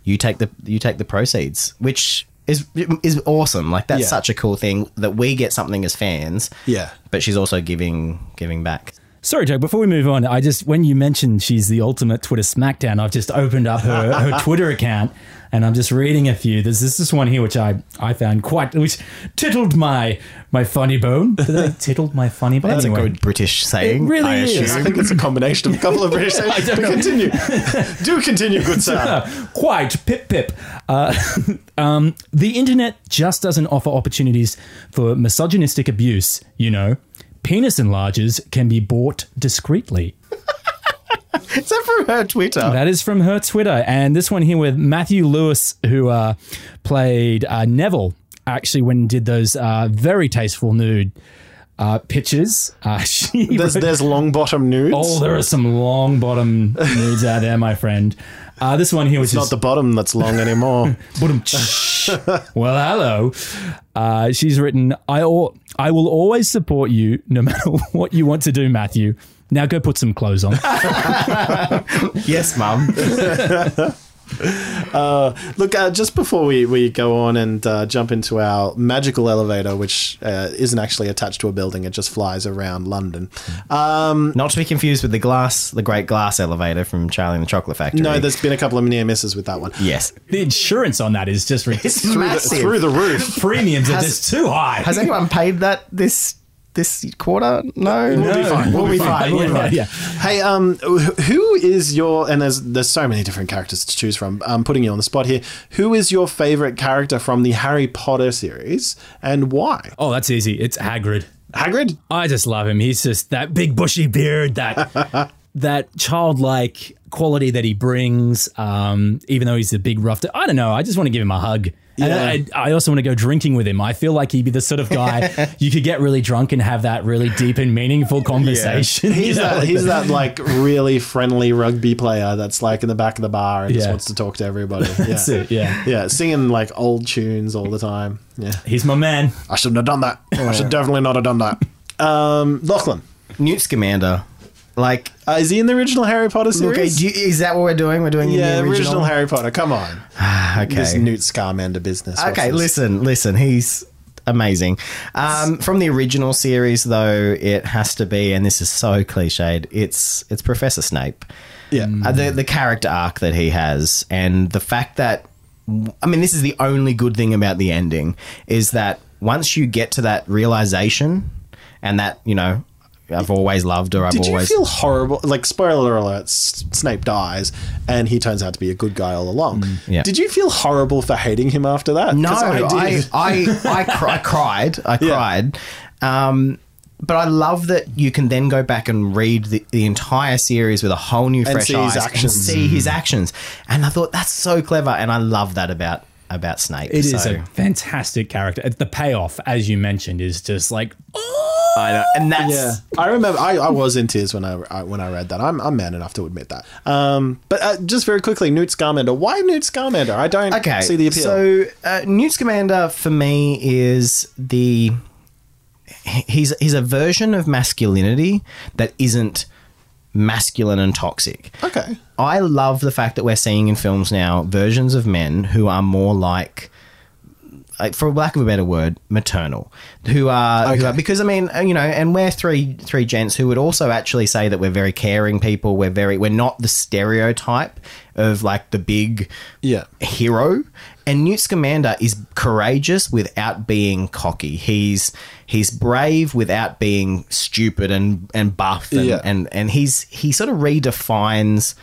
[SPEAKER 10] "You take the you take the proceeds," which is is awesome. Like that's
[SPEAKER 11] Yeah.
[SPEAKER 10] such a cool thing that we get something as fans,
[SPEAKER 11] yeah.
[SPEAKER 10] But she's also giving giving back.
[SPEAKER 9] Sorry, Joe. Before we move on, I just when you mentioned she's the ultimate Twitter smackdown, I've just opened up her, her Twitter account and I'm just reading a few. There's this this one here which I, I found quite which tittled my my funny bone. Did they tittled my funny bone?
[SPEAKER 10] That's
[SPEAKER 9] Anyway.
[SPEAKER 10] a good British saying.
[SPEAKER 9] really
[SPEAKER 10] I
[SPEAKER 9] is.
[SPEAKER 10] assume.
[SPEAKER 11] I think it's a combination of a couple of British
[SPEAKER 9] I
[SPEAKER 11] names.
[SPEAKER 9] don't
[SPEAKER 11] But
[SPEAKER 9] know.
[SPEAKER 11] continue. Do continue, good sir.
[SPEAKER 9] Quite pip pip. Uh, um, the internet just doesn't offer opportunities for misogynistic abuse. You know, penis enlargers can be bought discreetly.
[SPEAKER 10] Is that from her Twitter?
[SPEAKER 9] That is from her Twitter. And this one here with Matthew Lewis, who uh, played uh, Neville, actually, when he did those uh, very tasteful nude uh, pictures. Uh, she
[SPEAKER 11] There's
[SPEAKER 9] wrote-
[SPEAKER 11] there's long bottom nudes.
[SPEAKER 9] Oh, there are some long bottom nudes out there, my friend. Uh, this one here, which
[SPEAKER 11] It's not
[SPEAKER 9] is
[SPEAKER 11] the bottom that's long anymore.
[SPEAKER 9] Bottom. well, hello. Uh, she's written, I, al- I will always support you no matter what you want to do, Matthew. Now go put some clothes on.
[SPEAKER 10] yes, mum.
[SPEAKER 11] Uh, look, uh, just before we, we go on and uh, jump into our magical elevator, which uh, isn't actually attached to a building, it just flies around London.
[SPEAKER 9] Mm.
[SPEAKER 11] Um,
[SPEAKER 10] Not to be confused with the glass, the Great Glass Elevator from Charlie and the Chocolate Factory.
[SPEAKER 11] no, there's been a couple of near misses with that one.
[SPEAKER 10] yes.
[SPEAKER 9] the insurance on that is just ridiculous.
[SPEAKER 11] Through the,
[SPEAKER 10] Massive.
[SPEAKER 11] through the roof.
[SPEAKER 9] Premiums are
[SPEAKER 10] Has-
[SPEAKER 9] just too high.
[SPEAKER 10] Has anyone paid that this this quarter? No,
[SPEAKER 11] We'll be fine. We'll, be fine. We'll be
[SPEAKER 9] Yeah,
[SPEAKER 11] fine.
[SPEAKER 9] yeah.
[SPEAKER 11] Hey, um, wh- who is your and there's there's so many different characters to choose from. I'm putting you on the spot here. Who is your favorite character from the Harry Potter series and why?
[SPEAKER 9] Oh, that's easy. It's Hagrid.
[SPEAKER 11] Hagrid.
[SPEAKER 9] I just love him. He's just that big bushy beard, that that childlike quality that he brings. Um, even though he's a big rough, I don't know. I just want to give him a hug. And I, I also want to go drinking with him. I feel like he'd be the sort of guy you could get really drunk and have that really deep and meaningful conversation.
[SPEAKER 11] He's
[SPEAKER 9] you know,
[SPEAKER 11] that
[SPEAKER 9] like
[SPEAKER 11] he's
[SPEAKER 9] the-
[SPEAKER 11] that like really friendly rugby player that's like in the back of the bar and just
[SPEAKER 9] Yeah.
[SPEAKER 11] wants to talk to everybody. Yeah.
[SPEAKER 9] That's it, yeah.
[SPEAKER 11] yeah, singing like old tunes all the time. Yeah,
[SPEAKER 9] He's my man.
[SPEAKER 11] I shouldn't have done that. I should definitely not have done that. Um, Lachlan,
[SPEAKER 10] Newt Scamander. Like,
[SPEAKER 11] uh, is he in the original Harry Potter
[SPEAKER 10] look,
[SPEAKER 11] series?
[SPEAKER 10] do you- is that what we're doing? We're doing the
[SPEAKER 11] yeah, original.
[SPEAKER 10] original. Ah,
[SPEAKER 11] Harry Potter. Come on.
[SPEAKER 10] okay.
[SPEAKER 11] This Newt Scarmander business. What's
[SPEAKER 10] okay,
[SPEAKER 11] this?
[SPEAKER 10] listen, listen. He's amazing. Um, from the original series, though, it has to be, and this is so cliched. It's it's Professor Snape.
[SPEAKER 11] Yeah.
[SPEAKER 10] Uh, the the character arc that he has, and the fact that I mean, this is the only good thing about the ending is that once you get to that realization, and that you know, I've always loved her. I've
[SPEAKER 11] Did you
[SPEAKER 10] always
[SPEAKER 11] feel horrible? Like, spoiler alert, S- Snape dies and he turns out to be a good guy all along.
[SPEAKER 10] Mm, yeah.
[SPEAKER 11] Did you feel horrible for hating him after that?
[SPEAKER 10] No,
[SPEAKER 11] 'Cause
[SPEAKER 10] I
[SPEAKER 11] did.
[SPEAKER 10] I I, cr- I cried. I
[SPEAKER 11] Yeah.
[SPEAKER 10] cried. Um, but I love that you can then go back and read the, the entire series with a whole new fresh
[SPEAKER 11] see
[SPEAKER 10] eyes
[SPEAKER 11] his
[SPEAKER 10] and
[SPEAKER 11] actions.
[SPEAKER 10] see his actions. And I thought that's so clever, and I love that about about Snape.
[SPEAKER 9] It is
[SPEAKER 10] so,
[SPEAKER 9] a fantastic character. The payoff, as you mentioned, is just like
[SPEAKER 10] I know, and that's
[SPEAKER 11] Yeah, I remember. I, I was in tears when I, I when I read that. I'm, I'm man enough to admit that. Um, but uh, just very quickly, Newt Scarmander. Why Newt Scarmander? I don't
[SPEAKER 10] okay.
[SPEAKER 11] see the appeal.
[SPEAKER 10] So uh, Newt Scamander for me is the he- he's he's a version of masculinity that isn't masculine and toxic.
[SPEAKER 11] okay,
[SPEAKER 10] I love the fact that we're seeing in films now versions of men who are more like like, for lack of a better word, maternal. Who are, who are- because I mean, uh, you know, and we're three three gents who would also actually say that we're very caring people. We're very we're not the stereotype of like the big
[SPEAKER 11] yeah
[SPEAKER 10] hero. And Newt Scamander is courageous without being cocky. He's he's brave without being stupid and and buff and
[SPEAKER 11] Yeah.
[SPEAKER 10] and, and he's he sort of redefines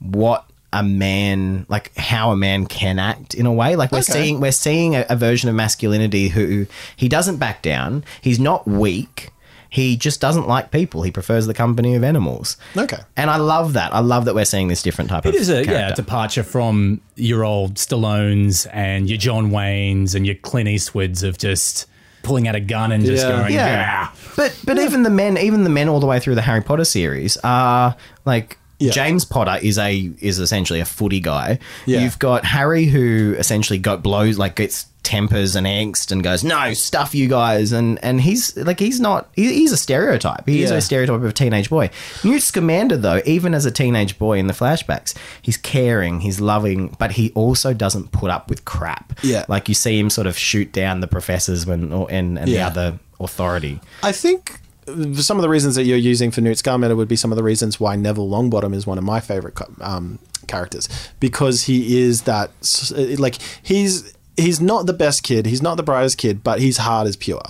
[SPEAKER 10] what a man like how a man can act in a way like we're
[SPEAKER 11] Okay.
[SPEAKER 10] seeing we're seeing a, a version of masculinity who he doesn't back down he's not weak he just doesn't like people he prefers the company of animals
[SPEAKER 11] okay
[SPEAKER 10] and i love that i love that we're seeing this different type of
[SPEAKER 9] It is a yeah
[SPEAKER 10] character.
[SPEAKER 9] departure from your old Stallones and your John Waynes and your Clint Eastwoods of just pulling out a gun and just going yeah.
[SPEAKER 10] But but even the men, even the men all the way through the Harry Potter series are like James Potter is a is essentially a footy guy.
[SPEAKER 11] Yeah.
[SPEAKER 10] You've got Harry who essentially got blows like gets tempers and angst and goes no stuff you guys and and he's like he's not he, he's a stereotype he is
[SPEAKER 11] Yeah.
[SPEAKER 10] a stereotype of a teenage boy newt scamander though even as a teenage boy in the flashbacks he's caring he's loving but he also doesn't put up with crap
[SPEAKER 11] Yeah.
[SPEAKER 10] like you see him sort of shoot down the professors when or and, and
[SPEAKER 11] Yeah.
[SPEAKER 10] the other authority
[SPEAKER 11] I think uh, some of the reasons that you're using for Newt Scamander would be some of the reasons why Neville Longbottom is one of my favorite co- um, characters because he is that s- uh, like he's he's not the best kid, he's not the brightest kid, but his heart is pure,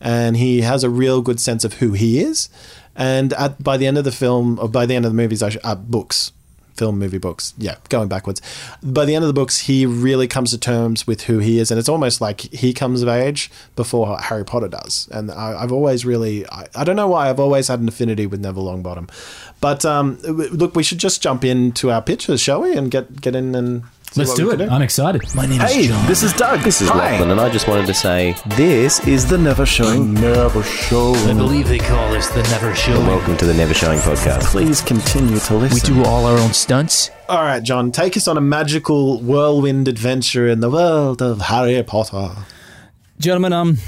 [SPEAKER 11] and he has a real good sense of who he is. And at, by the end of the film, or by the end of the movies, I sh- uh, books, film, movie, books. Yeah, going backwards. By the end of the books, he really comes to terms with who he is, and it's almost like he comes of age before Harry Potter does. And I, I've always really, I, I don't know why, I've always had an affinity with Neville Longbottom. But um, w- look, we should just jump into our pitches, shall we, and get get in and see
[SPEAKER 9] Let's
[SPEAKER 11] what we
[SPEAKER 9] do it.
[SPEAKER 11] can
[SPEAKER 9] I'm excited. My name
[SPEAKER 11] Hey,
[SPEAKER 15] this is Doug. This is
[SPEAKER 11] Hi.
[SPEAKER 15] Lachlan, and I just wanted to say Mm. this is the Never Showing. Never Showing. I believe they call us the Never Showing. Welcome to the Never Showing podcast. Please continue to listen. We do all our own stunts.
[SPEAKER 11] All right, John, take us on a magical whirlwind adventure in the world of Harry Potter.
[SPEAKER 9] Gentlemen, um,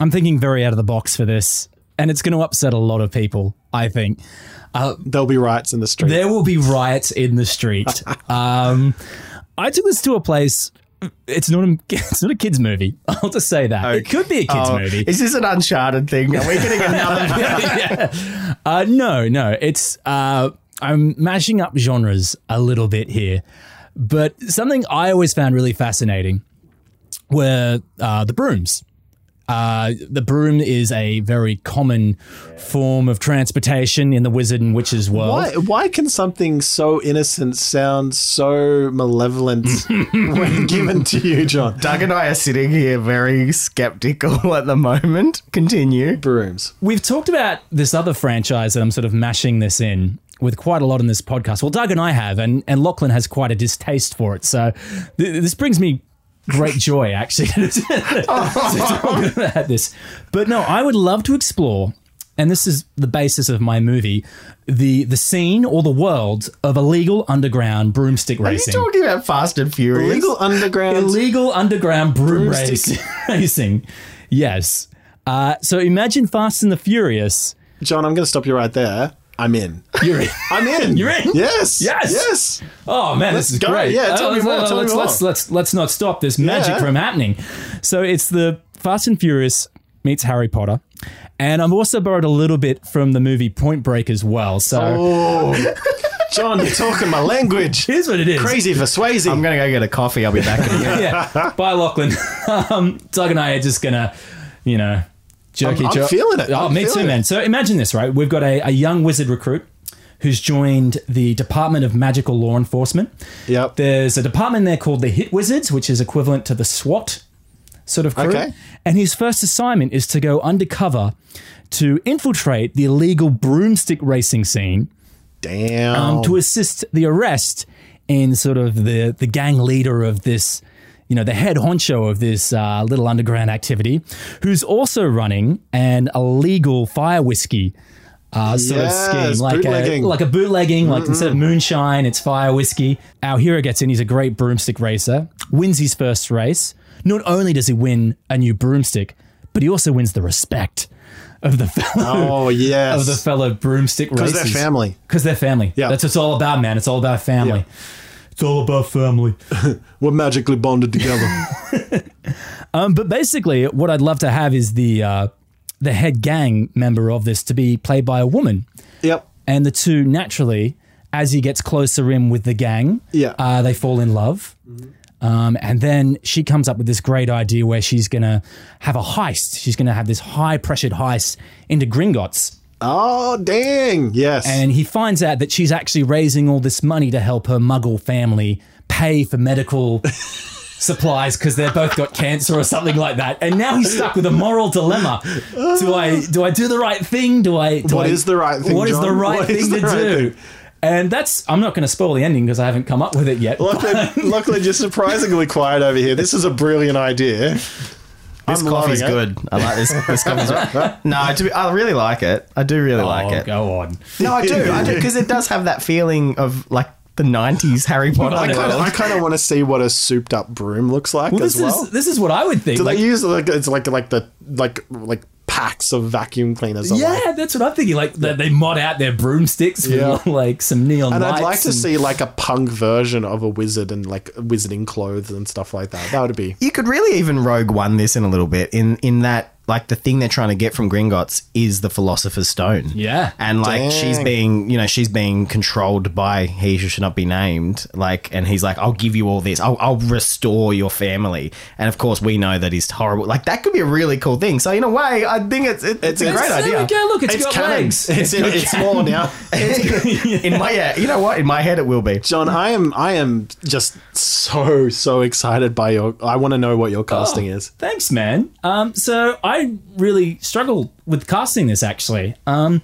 [SPEAKER 9] I'm thinking very out of the box for this, and it's going to upset a lot of people. I think uh,
[SPEAKER 11] there'll be riots in the street.
[SPEAKER 9] There will be riots in the street. um, I took this to a place. It's not a it's not a kids movie. I'll just say that it could be a kids
[SPEAKER 10] Oh,
[SPEAKER 9] movie.
[SPEAKER 10] Is this an Uncharted thing? Are we getting another?
[SPEAKER 9] Uh, no, no. It's uh, I'm mashing up genres a little bit here, but something I always found really fascinating were uh, the brooms. Uh, the broom is a very common form of transportation in the wizard and witches world.
[SPEAKER 11] Why, why can something so innocent sound so malevolent when given to you, John?
[SPEAKER 10] Doug and I are sitting here very skeptical at the moment. Continue.
[SPEAKER 11] Brooms.
[SPEAKER 9] We've talked about this other franchise that I'm sort of mashing this in with quite a lot in this podcast. Well, Doug and I have, and, and Lachlan has quite a distaste for it. So th- this brings me great joy, actually, to talk about this. But no, I would love to explore, and this is the basis of my movie, the, the scene or the world of illegal underground broomstick
[SPEAKER 10] Are you
[SPEAKER 9] racing.
[SPEAKER 10] talking about Fast and Furious?
[SPEAKER 11] Illegal underground.
[SPEAKER 9] Illegal underground broom race,
[SPEAKER 11] Broomstick.
[SPEAKER 9] racing. Yes. Uh, so imagine Fast and the Furious.
[SPEAKER 11] John, I'm going to stop you right there. I'm in.
[SPEAKER 9] You're in.
[SPEAKER 11] I'm in.
[SPEAKER 9] You're in.
[SPEAKER 11] Yes.
[SPEAKER 9] Yes.
[SPEAKER 11] Yes.
[SPEAKER 9] Oh man,
[SPEAKER 11] Let's
[SPEAKER 9] this is
[SPEAKER 11] go.
[SPEAKER 9] great.
[SPEAKER 11] Yeah,
[SPEAKER 9] Uh,
[SPEAKER 11] tell me
[SPEAKER 9] let's,
[SPEAKER 11] more, tell me
[SPEAKER 9] let's,
[SPEAKER 11] more.
[SPEAKER 9] let's let's let's not stop this magic
[SPEAKER 11] Yeah.
[SPEAKER 9] from happening. So it's the Fast and Furious meets Harry Potter, and I've also borrowed a little bit from the movie Point Break as well. So
[SPEAKER 11] Oh. John, you're talking my language.
[SPEAKER 9] Here's what it is.
[SPEAKER 11] Crazy for Swayze.
[SPEAKER 10] I'm gonna go get a coffee. I'll be back. in a minute.
[SPEAKER 9] yeah, bye Lachlan. um, Doug and I are just gonna, you know, jerk
[SPEAKER 11] I'm-
[SPEAKER 9] each
[SPEAKER 11] I'm
[SPEAKER 9] other.
[SPEAKER 11] feeling it.
[SPEAKER 9] Oh,
[SPEAKER 11] I'm
[SPEAKER 9] me too,
[SPEAKER 11] feeling it.
[SPEAKER 9] man. So imagine this, right? We've got a, a young wizard recruit who's joined the Department of Magical Law Enforcement.
[SPEAKER 11] Yep.
[SPEAKER 9] There's a department there called the Hit Wizards, which is equivalent to the SWAT sort of crew.
[SPEAKER 11] Okay.
[SPEAKER 9] And his first assignment is to go undercover to infiltrate the illegal broomstick racing scene
[SPEAKER 11] Damn.
[SPEAKER 9] um, to assist the arrest in sort of the the gang leader of this, you know, the head honcho of this uh, little underground activity, who's also running an illegal fire whiskey. Uh, sort
[SPEAKER 11] Yes,
[SPEAKER 9] of scheme, like
[SPEAKER 11] bootlegging. Mm-hmm.
[SPEAKER 9] a like a bootlegging, like instead of moonshine, it's fire whiskey. Our hero gets in; he's a great broomstick racer, wins his first race. Not only does he win a new broomstick, but he also wins the respect of the fellow
[SPEAKER 11] Oh, yes.
[SPEAKER 9] of the fellow broomstick
[SPEAKER 11] 'Cause
[SPEAKER 9] racers
[SPEAKER 11] they're family.
[SPEAKER 9] because they're family. Yeah, that's what it's all about, man. It's all about family. It's all about family.
[SPEAKER 11] We're magically bonded together.
[SPEAKER 9] Um, but basically, what I'd love to have is the uh, the head gang member of this to be played by a woman.
[SPEAKER 11] Yep.
[SPEAKER 9] And the two naturally, as he gets closer in with the gang,
[SPEAKER 11] yeah,
[SPEAKER 9] uh, they fall in love. Um, and then she comes up with this great idea where she's gonna have a heist. She's gonna have this high pressured heist into Gringotts.
[SPEAKER 11] Oh dang! Yes.
[SPEAKER 9] And he finds out that she's actually raising all this money to help her Muggle family pay for medical supplies because they've both got cancer or something like that. And now he's stuck with a moral dilemma: do I do I do the right thing? Do I? Do
[SPEAKER 11] What
[SPEAKER 9] I-
[SPEAKER 11] is the right thing,
[SPEAKER 9] What is the
[SPEAKER 11] John?
[SPEAKER 9] right
[SPEAKER 11] What is
[SPEAKER 9] thing
[SPEAKER 11] the
[SPEAKER 9] to
[SPEAKER 11] right
[SPEAKER 9] do? And that's I'm not going to spoil the ending because I haven't come up with it yet.
[SPEAKER 11] Luckily, luckily, you're surprisingly quiet over here. This is a brilliant idea.
[SPEAKER 10] This
[SPEAKER 11] I'm
[SPEAKER 10] coffee's
[SPEAKER 11] loving
[SPEAKER 10] good. I like this. This coffee's Oh, no, to be, I really like it. I do really like it.
[SPEAKER 9] Oh, Go on.
[SPEAKER 10] No, I do. I do because it does have that feeling of like the '90s Harry Potter.
[SPEAKER 11] I kind of,
[SPEAKER 10] world.
[SPEAKER 11] I kind of want to see what a souped up broom looks like
[SPEAKER 10] Well,
[SPEAKER 11] as
[SPEAKER 10] this is-
[SPEAKER 11] well.
[SPEAKER 9] this is what I would think,
[SPEAKER 11] Do
[SPEAKER 9] like-
[SPEAKER 11] they use like it's like like the like like packs of vacuum cleaners? or
[SPEAKER 9] Yeah, that's what I'm thinking. Like they, they mod out their broomsticks with
[SPEAKER 11] Yeah.
[SPEAKER 9] like some neon
[SPEAKER 11] and
[SPEAKER 9] lights.
[SPEAKER 11] I'd like to
[SPEAKER 9] and-
[SPEAKER 11] see like a punk version of a wizard and like wizarding clothes and stuff like that. That would be
[SPEAKER 10] you could really even Rogue One this in a little bit. In in that like the thing they're trying to get from Gringotts is the Philosopher's Stone.
[SPEAKER 9] Yeah,
[SPEAKER 10] and like
[SPEAKER 11] Dang.
[SPEAKER 10] she's being you know she's being controlled by he who should not be named. Like, and he's like, I'll give you all this. I'll, I'll restore your family. And of course, we know that he's horrible. Like that could be a really cool thing. So in a way, I think it's it, it's, a great
[SPEAKER 9] there
[SPEAKER 10] idea.
[SPEAKER 9] we go, look, it's got
[SPEAKER 10] canon.
[SPEAKER 9] legs.
[SPEAKER 10] It's,
[SPEAKER 11] It's
[SPEAKER 10] it's
[SPEAKER 11] canon.
[SPEAKER 10] small now. in my yeah, you know what? In my head, it will be.
[SPEAKER 11] John. I am I am just so so excited by your. I want to know what your casting
[SPEAKER 9] Oh.
[SPEAKER 11] is.
[SPEAKER 9] Thanks, man. Um, so I really struggled with casting this actually, um,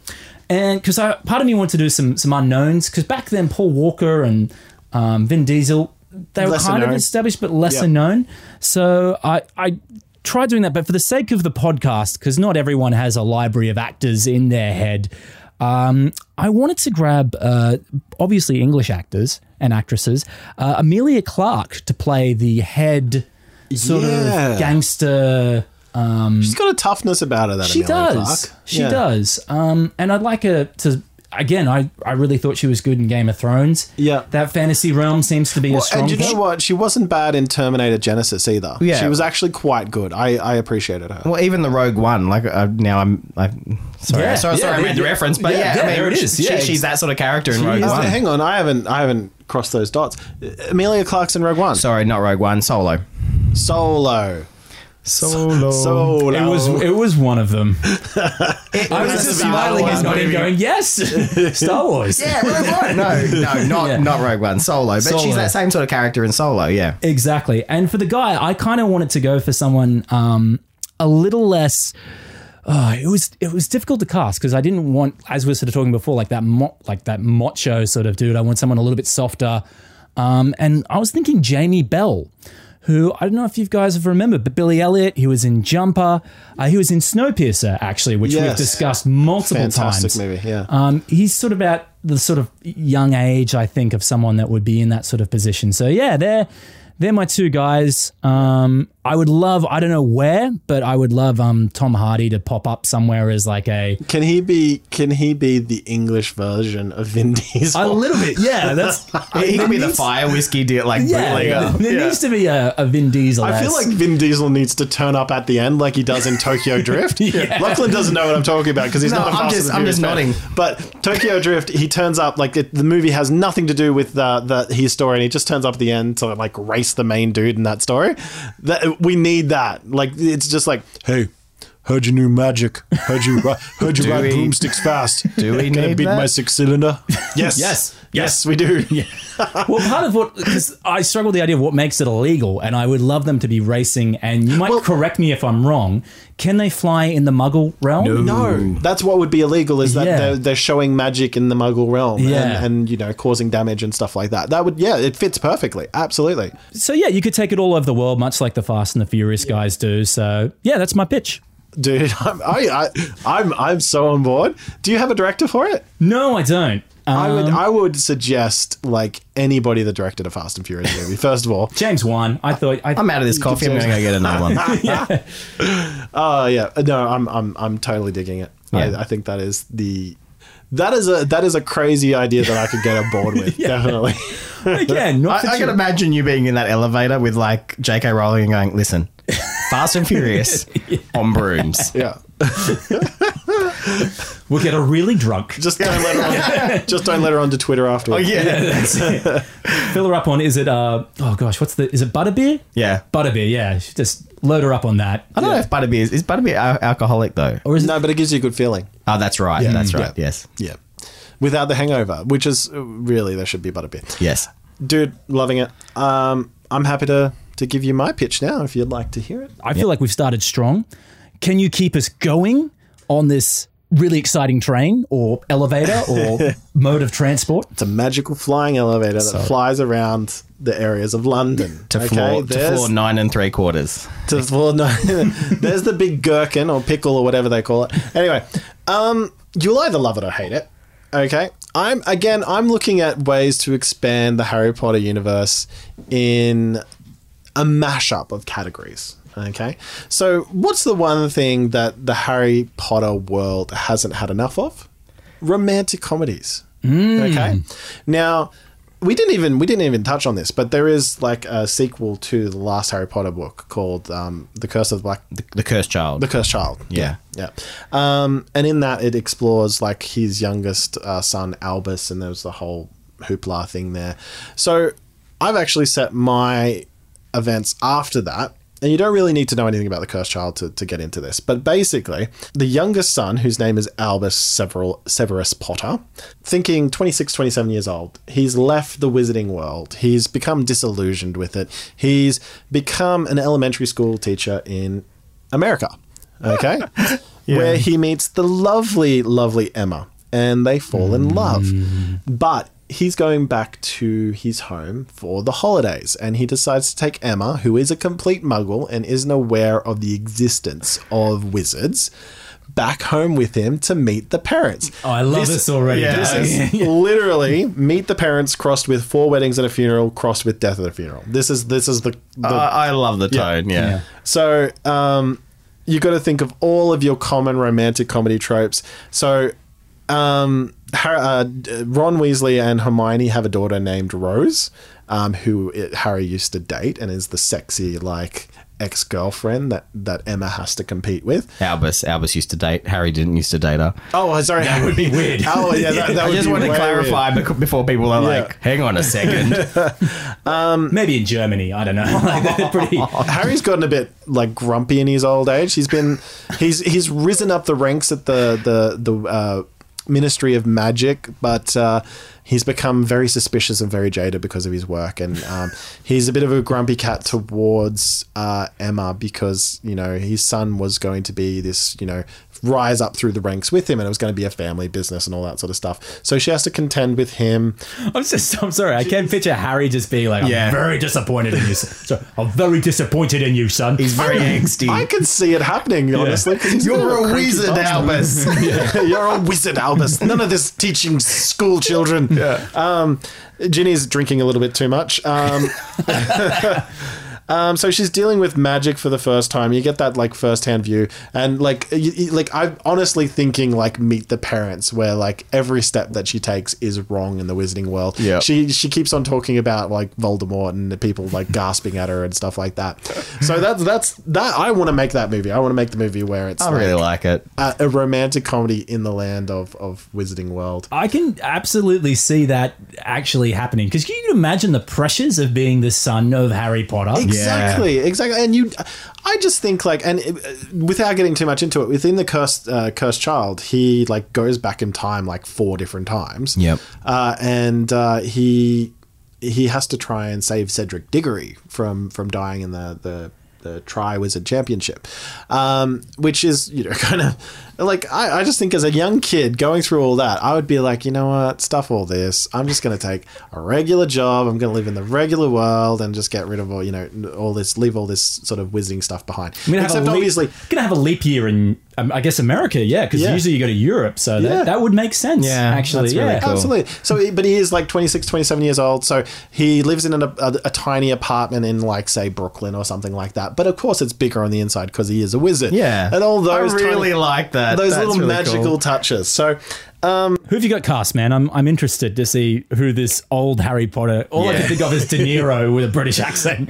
[SPEAKER 9] and because I part of me wanted to do some some unknowns because back then Paul Walker and um, Vin Diesel they were
[SPEAKER 11] Lesser
[SPEAKER 9] kind of
[SPEAKER 11] known.
[SPEAKER 9] established but lesser
[SPEAKER 11] Yep.
[SPEAKER 9] known. So I I tried doing that, but for the sake of the podcast, because not everyone has a library of actors in their head. Um, I wanted to grab uh, obviously English actors and actresses. Uh, Amelia Clark to play the head sort
[SPEAKER 11] Yeah.
[SPEAKER 9] of gangster. Um,
[SPEAKER 11] She's got a toughness about her. That
[SPEAKER 9] she
[SPEAKER 11] Amelia
[SPEAKER 9] does.
[SPEAKER 11] Clark.
[SPEAKER 9] She
[SPEAKER 11] Yeah.
[SPEAKER 9] does. Um, and I'd like her to. Again, I, I really thought she was good in Game of Thrones.
[SPEAKER 11] Yeah.
[SPEAKER 9] That fantasy realm seems to be a
[SPEAKER 11] Well,
[SPEAKER 9] strong.
[SPEAKER 11] and you know what? She wasn't bad in Terminator Genesis either.
[SPEAKER 10] Yeah.
[SPEAKER 11] She was actually quite good. I, I appreciated her.
[SPEAKER 10] Well, even the Rogue One, like uh, now I'm, I'm sorry,
[SPEAKER 11] Yeah,
[SPEAKER 10] sorry,
[SPEAKER 11] yeah,
[SPEAKER 10] sorry, I
[SPEAKER 11] yeah,
[SPEAKER 10] read the
[SPEAKER 11] yeah.
[SPEAKER 10] reference, but
[SPEAKER 11] Yeah,
[SPEAKER 10] yeah,
[SPEAKER 11] yeah,
[SPEAKER 10] I mean,
[SPEAKER 11] there it is,
[SPEAKER 10] she-
[SPEAKER 11] yeah.
[SPEAKER 10] she's that sort of character in Rogue
[SPEAKER 11] Uh,
[SPEAKER 10] One.
[SPEAKER 11] hang on, I haven't I haven't crossed those dots. Amelia Clark's in Rogue One.
[SPEAKER 10] Sorry, not Rogue One, Solo.
[SPEAKER 11] Solo.
[SPEAKER 10] Solo.
[SPEAKER 11] Solo.
[SPEAKER 9] Oh, It was it was one of them. I
[SPEAKER 10] was
[SPEAKER 9] was just
[SPEAKER 10] Star
[SPEAKER 9] smiling
[SPEAKER 10] Wars
[SPEAKER 9] and nodding,
[SPEAKER 10] movie.
[SPEAKER 9] going, "Yes, Star Wars."
[SPEAKER 10] Yeah, Rogue One. No, no, not not Rogue One, Solo. But
[SPEAKER 9] Solo.
[SPEAKER 10] she's that same sort of character in Solo. Yeah,
[SPEAKER 9] Exactly. And for the guy, I kind of wanted to go for someone um, a little less. Uh, it was it was difficult to cast because I didn't want, as we were sort of talking before, like that mo- like that macho sort of dude. I want someone a little bit softer. Um, and I was thinking Jamie Bell, who I don't know if you guys have remembered, but Billy Elliot. He was in Jumper. Uh, he was in Snowpiercer actually, which we've
[SPEAKER 11] Yes.
[SPEAKER 9] discussed multiple
[SPEAKER 11] Fantastic
[SPEAKER 9] times.
[SPEAKER 11] movie, yeah.
[SPEAKER 9] Um, he's sort of about the sort of young age, I think, of someone that would be in that sort of position. So yeah, they're they're my two guys. Um, I would love, I don't know where, but I would love um, Tom Hardy to pop up somewhere as like a
[SPEAKER 11] Can he be can he be the English version of Vin Diesel?
[SPEAKER 9] a little bit, yeah. That's
[SPEAKER 10] he could be the
[SPEAKER 9] needs-
[SPEAKER 10] fire whiskey deal, like uh,
[SPEAKER 9] Yeah,
[SPEAKER 10] bootlegger.
[SPEAKER 9] there needs to be a, a Vin Diesel.
[SPEAKER 11] uh, I feel
[SPEAKER 9] as-
[SPEAKER 11] like Vin Diesel needs to turn up at the end like he does in Tokyo Drift.
[SPEAKER 9] Yeah.
[SPEAKER 11] Lachlan doesn't know what I'm talking about because he's
[SPEAKER 10] No,
[SPEAKER 11] not a
[SPEAKER 10] I'm
[SPEAKER 11] Fast
[SPEAKER 10] just-
[SPEAKER 11] and the
[SPEAKER 10] I'm just
[SPEAKER 11] Furious fan. But Tokyo Drift, he turns up like it, the movie has nothing to do with the, the his story, and he just turns up at the end to like race the main dude in that story. That we need that. Like it's just like hey. Heard your new magic. Heard you. Ri- heard you
[SPEAKER 10] Do
[SPEAKER 11] ride
[SPEAKER 10] we-
[SPEAKER 11] broomsticks fast.
[SPEAKER 10] do we
[SPEAKER 11] Gonna
[SPEAKER 10] need
[SPEAKER 11] beat
[SPEAKER 10] that?
[SPEAKER 11] my six cylinder? Yes.
[SPEAKER 9] Yes.
[SPEAKER 11] Yes, we do.
[SPEAKER 9] well, part of what because I struggle with the idea of what makes it illegal, and I would love them to be racing. And you might correct me if I'm wrong. Can they fly in the Muggle realm?
[SPEAKER 11] No, that's what would be illegal is that
[SPEAKER 9] Yeah.
[SPEAKER 11] they're, they're showing magic in the Muggle realm
[SPEAKER 9] Yeah.
[SPEAKER 11] and, and you know causing damage and stuff like that. That would yeah, it fits perfectly. Absolutely.
[SPEAKER 9] So yeah, you could take it all over the world, much like the Fast and the Furious guys do. So yeah, that's my pitch.
[SPEAKER 11] Dude, I'm, I, I, I'm I'm so on board. Do you have a director for it?
[SPEAKER 9] No, I don't.
[SPEAKER 16] Uh,
[SPEAKER 11] I would I would suggest like anybody that directed a Fast and Furious movie. First of all,
[SPEAKER 9] James Wan. I thought I,
[SPEAKER 10] I'm out of this coffee. I'm gonna go get another one.
[SPEAKER 11] Oh yeah, no, I'm I'm I'm totally digging it.
[SPEAKER 10] Yeah.
[SPEAKER 11] I, I think that is the that is a that is a crazy idea that I could get on board with. Definitely.
[SPEAKER 9] Again,
[SPEAKER 10] I,
[SPEAKER 9] not
[SPEAKER 10] I
[SPEAKER 9] that
[SPEAKER 10] can
[SPEAKER 9] you-
[SPEAKER 10] imagine you being in that elevator with like J.K. Rowling and going, "Listen, Fast and Furious on brooms.
[SPEAKER 11] Yeah.
[SPEAKER 16] We'll get her really drunk.
[SPEAKER 11] Just don't let her on, just don't let her onto Twitter
[SPEAKER 10] Oh,
[SPEAKER 11] afterwards.
[SPEAKER 16] that's it. Fill her up on is it uh oh gosh, what's the is it butterbeer?
[SPEAKER 10] Yeah.
[SPEAKER 16] Butterbeer, yeah. Just load her up on that.
[SPEAKER 10] I don't know if butterbeer is is butterbeer al- alcoholic though.
[SPEAKER 16] Or is
[SPEAKER 11] no, but it gives you a good feeling.
[SPEAKER 10] Oh, that's right.
[SPEAKER 11] Yeah.
[SPEAKER 10] That's
[SPEAKER 11] Mm.
[SPEAKER 10] right.
[SPEAKER 11] Yeah.
[SPEAKER 10] Yes.
[SPEAKER 11] Yeah. Without the hangover, which is uh, really there should be but a bit.
[SPEAKER 10] Yes.
[SPEAKER 11] Dude, loving it. Um, I'm happy to to give you my pitch now if you'd like to hear it.
[SPEAKER 16] I feel like we've started strong. Can you keep us going on this really exciting train or elevator or mode of transport?
[SPEAKER 11] It's a magical flying elevator that
[SPEAKER 10] So-
[SPEAKER 11] flies around the areas of London.
[SPEAKER 10] To
[SPEAKER 11] okay?
[SPEAKER 10] floor to
[SPEAKER 11] There's-
[SPEAKER 10] floor nine and three quarters.
[SPEAKER 11] to well, no, there's the big gherkin or pickle or whatever they call it. Anyway, um, you'll either love it or hate it. Okay, I'm again. I'm looking at ways to expand the Harry Potter universe in a mashup of categories. Okay, so what's the one thing that the Harry Potter world hasn't had enough of? Romantic comedies. Okay. Now, we didn't even we didn't even touch on this, but there is like a sequel to the last Harry Potter book called um, "The Curse of the Black the,
[SPEAKER 10] The Cursed Child.
[SPEAKER 11] Cursed Child."
[SPEAKER 10] Yeah.
[SPEAKER 11] yeah. Um, and in that, it explores like his youngest uh, son Albus, and there was the whole hoopla thing there. So, I've actually set my events after that. And you don't really need to know anything about the cursed child to, to get into this. But basically, the youngest son, whose name is Albus Several, Severus Potter, thinking 26, 27 years old, he's left the wizarding world. He's become disillusioned with it. He's become an elementary school teacher in America. Okay? Where he meets the lovely, lovely Emma and they fall in love.
[SPEAKER 16] Mm.
[SPEAKER 11] But he's going back to his home for the holidays and he decides to take Emma, who is a complete muggle and isn't aware of the existence of wizards. Back home with him to meet the parents.
[SPEAKER 16] Oh, I love this already,
[SPEAKER 11] This
[SPEAKER 16] Doug.
[SPEAKER 11] is literally meet the parents crossed with four weddings and a funeral crossed with death at a funeral. This is this is the, the
[SPEAKER 10] Uh, I love the tone. Yeah.
[SPEAKER 11] so um, you got to think of all of your common romantic comedy tropes. So um, Har- uh, d- Ron Weasley and Hermione have a daughter named Rose, um, who it, Harry used to date and is the sexy like ex girlfriend that that Emma has to compete with.
[SPEAKER 10] Albus. Albus used to date. Harry didn't used to date her.
[SPEAKER 11] Oh, sorry, that would be
[SPEAKER 10] weird.
[SPEAKER 11] Oh, yeah, that, that
[SPEAKER 10] I
[SPEAKER 11] would
[SPEAKER 10] just
[SPEAKER 11] be
[SPEAKER 10] want to
[SPEAKER 11] way
[SPEAKER 10] clarify
[SPEAKER 11] weird.
[SPEAKER 10] bec- before people are
[SPEAKER 11] Yeah.
[SPEAKER 10] like, hang on a second.
[SPEAKER 16] Maybe in Germany, I don't know. Like, they're pretty
[SPEAKER 11] Harry's gotten a bit like grumpy in his old age. He's been he's he's risen up the ranks at the the the uh, Ministry of Magic, but uh, he's become very suspicious and very jaded because of his work, and um, he's a bit of a grumpy cat towards uh, Emma because you know his son was going to be this you know rise up through the ranks with him, and it was going to be a family business and all that sort of stuff. So she has to contend with him.
[SPEAKER 16] I'm just I'm sorry, I can't picture Harry just being like, I'm
[SPEAKER 11] Yeah.
[SPEAKER 16] very disappointed in you. son." So I'm very disappointed in you, son. He's
[SPEAKER 10] very
[SPEAKER 11] I can see it happening, honestly. 'cause he's
[SPEAKER 10] You're
[SPEAKER 11] been
[SPEAKER 10] a
[SPEAKER 11] cranky
[SPEAKER 10] wizard,
[SPEAKER 11] bastard.
[SPEAKER 10] Albus.
[SPEAKER 11] Yeah, You're a wizard, Albus. None of this teaching school children. Yeah. Um, Ginny's drinking a little bit too much. Um, um, so she's dealing with magic for the first time. You get that like first-hand view, and like, you, you- like I'm honestly thinking like Meet the Parents, where like every step that she takes is wrong in the Wizarding world.
[SPEAKER 10] Yeah.
[SPEAKER 11] She she keeps on talking about like Voldemort and the people like gasping at her and stuff like that. So that's that's that. I want to make that movie. I want to make the movie where it's
[SPEAKER 10] I really like it.
[SPEAKER 11] a, a romantic comedy in the land of, of Wizarding World.
[SPEAKER 16] I can absolutely see that actually happening because you can imagine the pressures of being the son of Harry Potter.
[SPEAKER 11] Exactly, exactly. And you, I just think like, and uh, without getting too much into it, within the cursed uh, cursed child, he like goes back in time like four different times.
[SPEAKER 10] Yep.
[SPEAKER 11] uh, and uh, he he has to try and save Cedric Diggory from from dying in the the the Tri Wizard Championship, um, which is you know kind of like I, I just think as a young kid going through all that, I would be like, you know what, stuff all this. I'm just going to take a regular job. I'm going to live in the regular world and just get rid of all you know all this, leave all this sort of wizarding stuff behind.
[SPEAKER 16] I'm gonna have
[SPEAKER 11] Except
[SPEAKER 16] a leap,
[SPEAKER 11] obviously,
[SPEAKER 16] gonna have a leap year in, um, I guess, America. Yeah, because
[SPEAKER 11] Yeah.
[SPEAKER 16] usually you go to Europe, so
[SPEAKER 11] Yeah.
[SPEAKER 16] that, that would make sense. Yeah, actually,
[SPEAKER 11] That's
[SPEAKER 16] yeah,
[SPEAKER 11] really cool. Absolutely. So, he- but he is like 26, 27 years old. So he lives in an, a, a tiny apartment in, like, say, Brooklyn or something like that. But of course, it's bigger on the inside because he is a wizard.
[SPEAKER 10] Yeah.
[SPEAKER 11] And all
[SPEAKER 10] I
[SPEAKER 11] those
[SPEAKER 10] really
[SPEAKER 11] tiny-
[SPEAKER 10] like that.
[SPEAKER 11] Those
[SPEAKER 10] That's
[SPEAKER 11] little
[SPEAKER 10] really
[SPEAKER 11] magical
[SPEAKER 10] cool.
[SPEAKER 11] touches. So
[SPEAKER 9] Um, who have you got cast, man? I'm I'm interested to see who this old Harry Potter. All I
[SPEAKER 11] Yeah.
[SPEAKER 9] can think of is De Niro with a British accent.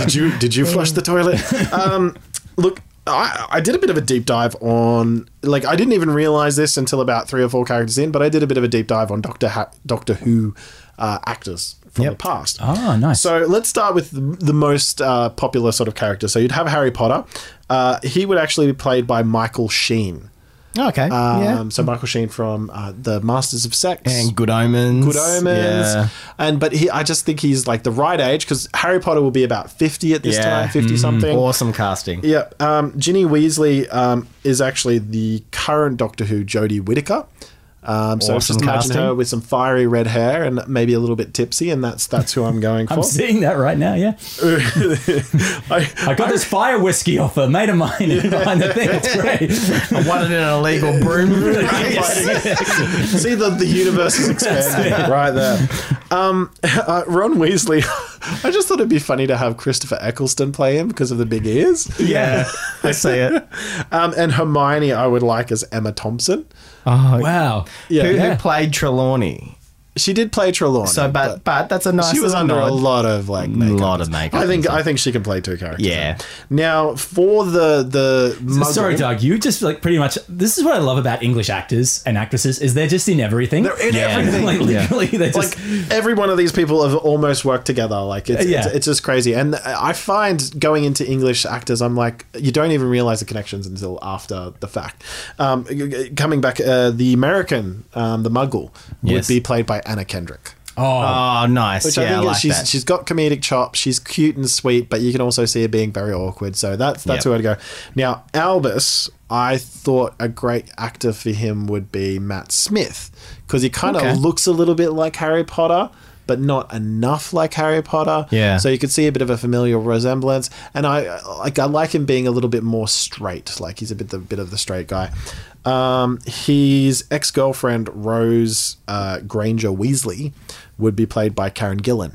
[SPEAKER 11] did you did you flush the toilet? Um, look, I, I did a bit of a deep dive on like I didn't even realize this until about three or four characters in, but I did a bit of a deep dive on Doctor ha- Doctor Who uh, actors from the past.
[SPEAKER 9] Ah, nice.
[SPEAKER 11] So let's start with the, the most uh, popular sort of character. So you'd have Harry Potter. Uh, he would actually be played by Michael Sheen.
[SPEAKER 10] Okay.
[SPEAKER 11] Um,
[SPEAKER 10] yeah.
[SPEAKER 11] So Michael Sheen from uh, the Masters of Sex
[SPEAKER 10] And Good Omens.
[SPEAKER 11] Good Omens,
[SPEAKER 10] Yeah.
[SPEAKER 11] and but he, I just think he's like the right age because Harry Potter will be about fifty at this time, fifty
[SPEAKER 10] Mm.
[SPEAKER 11] something.
[SPEAKER 10] Awesome casting.
[SPEAKER 11] Yeah, um, Ginny Weasley um, is actually the current Doctor Who Jodie Whittaker. Um, so
[SPEAKER 10] Awesome
[SPEAKER 11] just imagine
[SPEAKER 10] casting.
[SPEAKER 11] her with some fiery red hair and maybe a little bit tipsy, and that's that's who I'm going for.
[SPEAKER 9] I'm seeing that right now. Yeah,
[SPEAKER 11] I,
[SPEAKER 9] got this fire whiskey off a mate of mine behind the thing. It's great.
[SPEAKER 10] I won it in an illegal broom.
[SPEAKER 11] See the the universe is expanding
[SPEAKER 10] That's it.
[SPEAKER 11] right there. Um, uh, Ron Weasley. I just thought it'd be funny to have Christopher Eccleston play him because of the big ears.
[SPEAKER 10] Yeah, I see it.
[SPEAKER 11] Um, and Hermione, I would like as Emma Thompson.
[SPEAKER 10] Oh,
[SPEAKER 9] wow.
[SPEAKER 11] Yeah.
[SPEAKER 10] Who, who played Trelawney?
[SPEAKER 11] She did play Trelawney.
[SPEAKER 10] So, but but that's a nice.
[SPEAKER 11] she was
[SPEAKER 10] little
[SPEAKER 11] under a
[SPEAKER 10] nod.
[SPEAKER 11] lot of like makeup.
[SPEAKER 10] lot of makeup
[SPEAKER 11] I think
[SPEAKER 10] and stuff.
[SPEAKER 11] I think she can play two characters.
[SPEAKER 10] Yeah.
[SPEAKER 11] Now for the the
[SPEAKER 9] So-
[SPEAKER 11] Muggle-
[SPEAKER 9] Sorry, Doug. You just like pretty much. This is what I love about English actors and actresses is they're just in everything. They're
[SPEAKER 11] in everything.
[SPEAKER 9] Like literally, they're just.
[SPEAKER 11] like every one of these people have almost worked together. Like it's,
[SPEAKER 9] Yeah.
[SPEAKER 11] it's it's just crazy. And I find going into English actors, I'm like you don't even realize the connections until after the fact. Um, coming back, uh, the American, um, the Muggle,
[SPEAKER 10] Yes.
[SPEAKER 11] would be played by Anna Kendrick. uh,
[SPEAKER 10] Oh, nice.
[SPEAKER 11] Which
[SPEAKER 10] yeah,
[SPEAKER 11] I think
[SPEAKER 10] I
[SPEAKER 11] is-
[SPEAKER 10] like
[SPEAKER 11] she's
[SPEAKER 10] that.
[SPEAKER 11] she's got comedic chops. She's cute and sweet, but you can also see her being very awkward. So that's
[SPEAKER 10] Yep.
[SPEAKER 11] that's who I'd go. Now Albus, I thought a great actor for him would be Matt Smith because he kind of
[SPEAKER 10] Okay.
[SPEAKER 11] looks a little bit like Harry Potter. But not enough like Harry Potter.
[SPEAKER 10] Yeah.
[SPEAKER 11] So you could see a bit of a familial resemblance, and I like I like him being a little bit more straight. Like he's a bit the bit of the straight guy. Um, his ex girlfriend Rose uh, Granger Weasley would be played by Karen Gillan,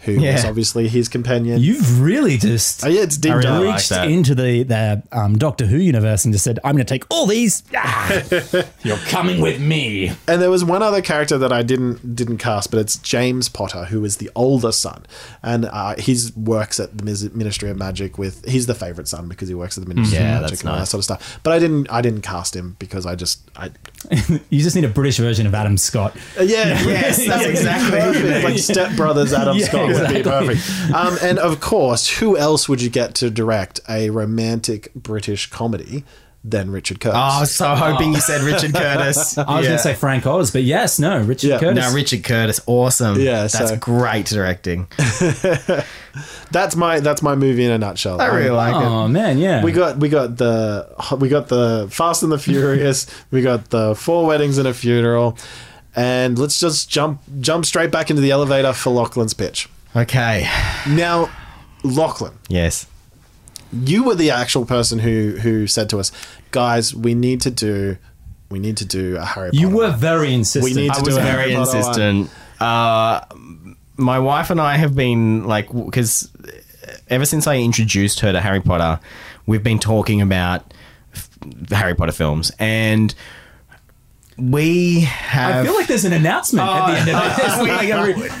[SPEAKER 11] who is
[SPEAKER 9] Yeah.
[SPEAKER 11] obviously his companion.
[SPEAKER 9] You've really just
[SPEAKER 11] Oh, yeah, it's deep
[SPEAKER 9] I
[SPEAKER 11] dive.
[SPEAKER 9] reached into the the um, Doctor Who universe and just said, "I'm going to take all these. Ah, you're coming with me."
[SPEAKER 11] And there was one other character that I didn't didn't cast, but it's James Potter, who is the older son, and uh, he works at the Mis- Ministry of Magic with. He's the favorite son because he works at the Ministry
[SPEAKER 10] Yeah,
[SPEAKER 11] of Magic
[SPEAKER 10] that's
[SPEAKER 11] and all that
[SPEAKER 10] nice.
[SPEAKER 11] sort of stuff. But I didn't I didn't cast him because I just I
[SPEAKER 9] You just need a British version of Adam Scott.
[SPEAKER 11] Uh, Yeah, yes, that's
[SPEAKER 9] Yeah.
[SPEAKER 11] exactly
[SPEAKER 9] Yeah.
[SPEAKER 11] perfect. Like Step Brothers Adam
[SPEAKER 9] Yeah,
[SPEAKER 11] Scott would be
[SPEAKER 9] exactly.
[SPEAKER 11] perfect. Um, and of course, who else would you get to direct a romantic British comedy than Richard Curtis?
[SPEAKER 10] Oh, I was so hoping you said Richard Curtis.
[SPEAKER 9] I was going
[SPEAKER 10] Yeah.
[SPEAKER 9] to say Frank Oz, but yes, no, Richard
[SPEAKER 11] Yeah.
[SPEAKER 9] Curtis.
[SPEAKER 10] No, Richard Curtis, awesome.
[SPEAKER 11] Yeah,
[SPEAKER 10] that's
[SPEAKER 11] so-
[SPEAKER 10] great directing.
[SPEAKER 11] That's my that's my movie in a nutshell. Um,
[SPEAKER 10] I really like it.
[SPEAKER 9] Oh man, yeah.
[SPEAKER 11] We got we got the we got the Fast and the Furious. we got the Four Weddings and a Funeral, and let's just jump jump straight back into the elevator for Lachlan's pitch.
[SPEAKER 10] Oh. Okay.
[SPEAKER 11] Now, Lachlan,
[SPEAKER 10] Yes.
[SPEAKER 11] you were the actual person who who said to us, guys, we need to do we need to do a Harry Potter.
[SPEAKER 9] you were very insistent.
[SPEAKER 11] We need
[SPEAKER 10] I
[SPEAKER 11] to
[SPEAKER 10] was
[SPEAKER 11] do a
[SPEAKER 10] very
[SPEAKER 11] Harry Potter
[SPEAKER 10] insistent. Uh, my wife and I have been like, because ever since I introduced her to Harry Potter, we've been talking about f- Harry Potter films, and we have.
[SPEAKER 9] I feel like there's an announcement at the end
[SPEAKER 11] Oh,
[SPEAKER 9] of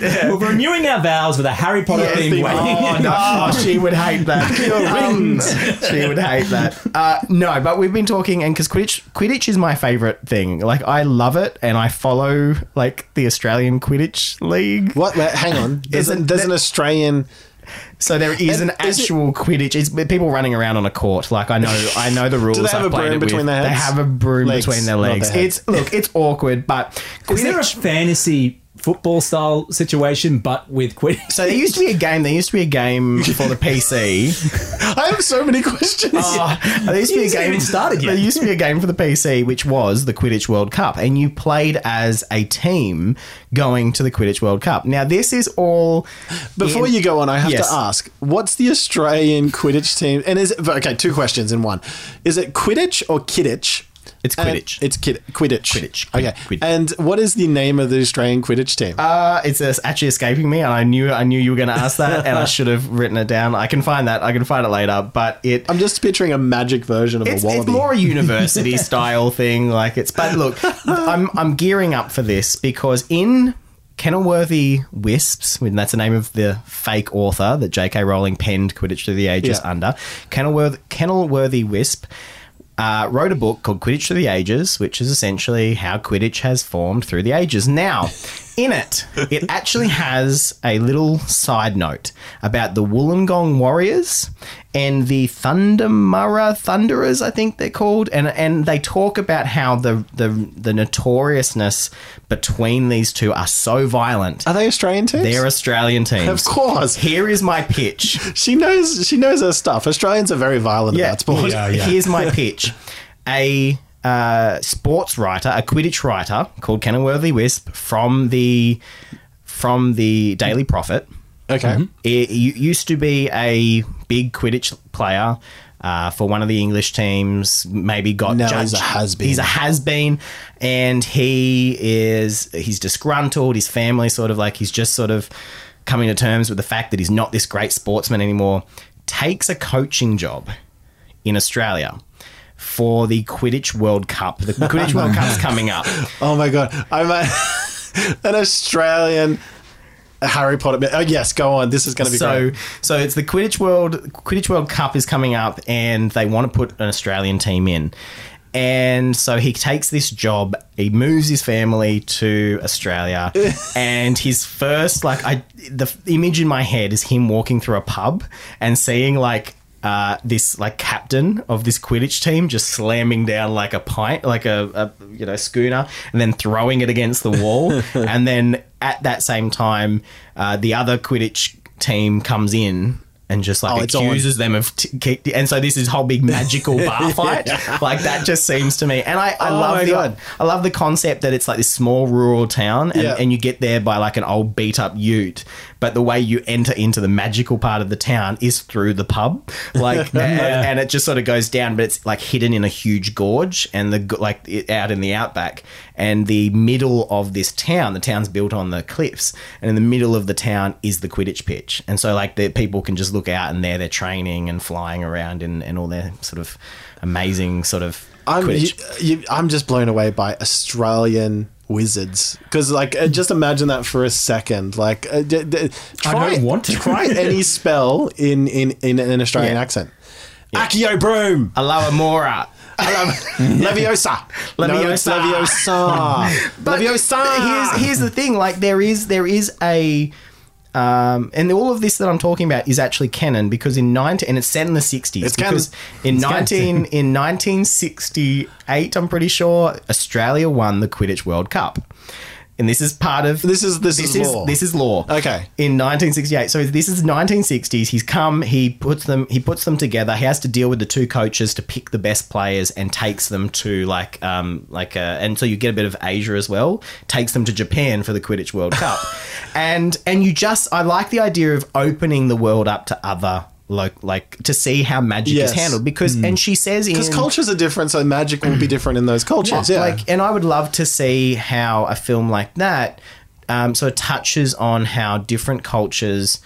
[SPEAKER 9] this. We're like, we're, we're renewing our vows with a Harry Potter
[SPEAKER 10] Yeah,
[SPEAKER 9] theme.
[SPEAKER 10] theme. Oh, no, she would hate that. Um, she would hate that. Uh, no, but we've been talking, and because Quidditch, Quidditch is my favorite thing. Like, I love it, and I follow like the Australian Quidditch League.
[SPEAKER 11] What? Wait, hang on. There's, a,
[SPEAKER 10] Isn't
[SPEAKER 11] there's
[SPEAKER 10] that-
[SPEAKER 11] an Australian.
[SPEAKER 10] So there is
[SPEAKER 11] And
[SPEAKER 10] an
[SPEAKER 11] is it-
[SPEAKER 10] actual Quidditch. It's people running around on a court. Like I know, I know the rules.
[SPEAKER 11] Do they have
[SPEAKER 10] I've
[SPEAKER 11] a
[SPEAKER 10] played
[SPEAKER 11] broom
[SPEAKER 10] it
[SPEAKER 11] between
[SPEAKER 10] with.
[SPEAKER 11] their
[SPEAKER 10] They
[SPEAKER 11] heads?
[SPEAKER 10] have a broom
[SPEAKER 11] Legs,
[SPEAKER 10] between their
[SPEAKER 11] not
[SPEAKER 10] legs.
[SPEAKER 11] their heads.
[SPEAKER 10] it's look, it's awkward, but
[SPEAKER 9] Is there a
[SPEAKER 10] Quidditch-
[SPEAKER 9] fantasy football style situation, but with Quidditch?
[SPEAKER 10] so there used to be a game. There used to be a game for the PC.
[SPEAKER 11] I have so many questions.
[SPEAKER 10] Oh, there used to
[SPEAKER 9] You
[SPEAKER 10] be a
[SPEAKER 9] haven't
[SPEAKER 10] game
[SPEAKER 9] even started yet.
[SPEAKER 10] There used to be a game for the PC, which was the Quidditch World Cup, and you played as a team going to the Quidditch World Cup. Now this is all
[SPEAKER 11] Before
[SPEAKER 10] in-
[SPEAKER 11] you go on, I have
[SPEAKER 10] Yes.
[SPEAKER 11] to ask: What's the Australian Quidditch team? And is it okay? Two questions in one: Is it Quidditch or Kidditch?
[SPEAKER 10] It's Quidditch.
[SPEAKER 11] it's kid- Quidditch.
[SPEAKER 10] Quidditch.
[SPEAKER 11] Okay. And what is the name of the Australian Quidditch team?
[SPEAKER 10] Uh, it's uh, actually escaping me, and I knew I knew you were going to ask that, and I should have written it down. I can find that. I can find it later. But it,
[SPEAKER 11] I'm just picturing a magic version of
[SPEAKER 10] it's,
[SPEAKER 11] a
[SPEAKER 10] it's
[SPEAKER 11] wallaby.
[SPEAKER 10] more a university style thing. Like it's, but look, I'm I'm gearing up for this because in Kenilworthy Wisps, and that's the name of the fake author that J.K. Rowling penned Quidditch Through the Ages
[SPEAKER 11] Yeah.
[SPEAKER 10] under, Kenilworth, Kenilworthy Wisp. Uh, wrote a book called Quidditch Through the Ages, which is essentially how Quidditch has formed through the ages. Now, in it, it actually has a little side note about the Wollongong Warriors and the Thundermurra Thunderers, I think they're called, and and they talk about how the the the notoriousness between these two are so violent.
[SPEAKER 11] Are they Australian teams?
[SPEAKER 10] They're Australian teams,
[SPEAKER 11] Of course.
[SPEAKER 10] Here is my pitch.
[SPEAKER 11] she knows. She knows her stuff. Australians are very violent about sport.
[SPEAKER 10] Here's my pitch. A uh, sports writer, a Quidditch writer called Kenilworthy Wisp from the from the Daily Prophet.
[SPEAKER 11] Okay.
[SPEAKER 16] Mm-hmm.
[SPEAKER 10] It, you- used to be a big Quidditch player. Uh, for one of the English teams, maybe got
[SPEAKER 11] Now
[SPEAKER 10] judged.
[SPEAKER 11] he's a has-been.
[SPEAKER 10] He's a has been, and he is he's disgruntled. His family sort of like he's just sort of coming to terms with the fact that he's not this great sportsman anymore. Takes a coaching job in Australia for the Quidditch World Cup. The Quidditch World Cup's coming up.
[SPEAKER 11] Oh my god! I'm a, an Australian Harry Potter. ma- Oh yes, go on. This is going to be
[SPEAKER 10] so.
[SPEAKER 11] great.
[SPEAKER 10] So it's the Quidditch World Quidditch World Cup is coming up, and they want to put an Australian team in. And so he takes this job. He moves his family to Australia, and his first like I the f- image in my head is him walking through a pub and seeing like. Uh, this like captain of this Quidditch team just slamming down like a pint, like a, a you know schooner, and then throwing it against the wall, and then at that same time, uh, the other Quidditch team comes in and just like
[SPEAKER 11] Oh, it's on.
[SPEAKER 10] accuses them of t- kick- and so this is whole big magical bar fight like that just seems to me and i, I
[SPEAKER 11] Oh my
[SPEAKER 10] love the
[SPEAKER 11] God.
[SPEAKER 10] i love the concept that it's like this small rural town and,
[SPEAKER 11] Yeah.
[SPEAKER 10] and you get there by like an old beat up ute but the way you enter into the magical part of the town is through the pub like and,
[SPEAKER 11] Yeah.
[SPEAKER 10] and it just sort of goes down but it's like hidden in a huge gorge and the g- like it, out in the outback and the middle of this town the town's built on the cliffs and in the middle of the town is the quidditch pitch and so like the people can just look out and there they're training and flying around and, and all their sort of amazing sort of
[SPEAKER 11] I'm you,
[SPEAKER 10] quidditch
[SPEAKER 11] you, I'm just blown away by Australian wizards because like uh, just imagine that for a second like uh, d- d- try,
[SPEAKER 16] don't want to.
[SPEAKER 11] try any spell in in in an australian
[SPEAKER 10] Yeah.
[SPEAKER 11] accent accio broom
[SPEAKER 10] Alawamora.
[SPEAKER 11] Leviosa. No, it's Leviosa.
[SPEAKER 10] but
[SPEAKER 11] Leviosa.
[SPEAKER 10] Here's, here's the thing: like there is there is a, um, and all of this that I'm talking about is actually canon because in 19 and it's set in the 60s.
[SPEAKER 11] It's
[SPEAKER 10] because in
[SPEAKER 11] canon. It's
[SPEAKER 10] 19
[SPEAKER 11] canon.
[SPEAKER 10] in 1968, I'm pretty sure Australia won the Quidditch World Cup. And this is part of
[SPEAKER 11] This is- this is law.
[SPEAKER 10] This is law.
[SPEAKER 11] Okay.
[SPEAKER 10] In 1968. So this is 1960s. He's come, he puts them he puts them together. He has to deal with the two coaches to pick the best players and takes them to like um like uh and so you get a bit of Asia as well. Takes them to Japan for the Quidditch World Cup. and and you just I like the idea of opening the world up to other like like to see how magic
[SPEAKER 11] Yes. Mm.
[SPEAKER 10] is handled because and she says in
[SPEAKER 11] because cultures are different so magic will be different in those cultures yeah,
[SPEAKER 10] like, and I would love to see how a film like that um, sort of touches on how different cultures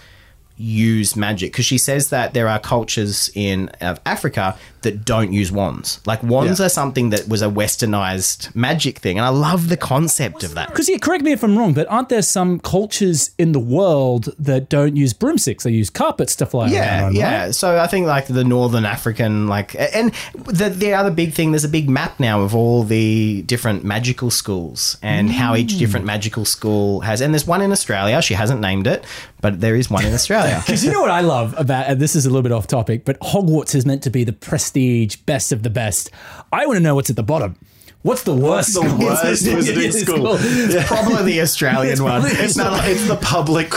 [SPEAKER 10] use magic because she says that there are cultures in of Africa that don't use wands. Like wands
[SPEAKER 16] Yeah.
[SPEAKER 10] are something that was a westernized magic thing, and I love the concept of that.
[SPEAKER 16] Because yeah, correct me if I'm wrong, but aren't there some cultures in the world that don't use broomsticks? They use carpets to fly
[SPEAKER 10] yeah,
[SPEAKER 16] around. on,
[SPEAKER 10] yeah.
[SPEAKER 16] right?
[SPEAKER 10] So I think like the Northern African, like, a- and the the other big thing. There's a big map now of all the different magical schools and how each different magical school has. And there's one in Australia. She hasn't named it, but there is one in Australia.
[SPEAKER 16] Because you know what I love about, and this is a little bit off topic, but Hogwarts is meant to be the prestige, best of the best. I want to know what's at the bottom. What's the worst?
[SPEAKER 11] the worst wizarding school.
[SPEAKER 10] It's probably the Australian
[SPEAKER 11] It's
[SPEAKER 10] one.
[SPEAKER 11] probably-
[SPEAKER 10] It's not like-
[SPEAKER 11] it's the public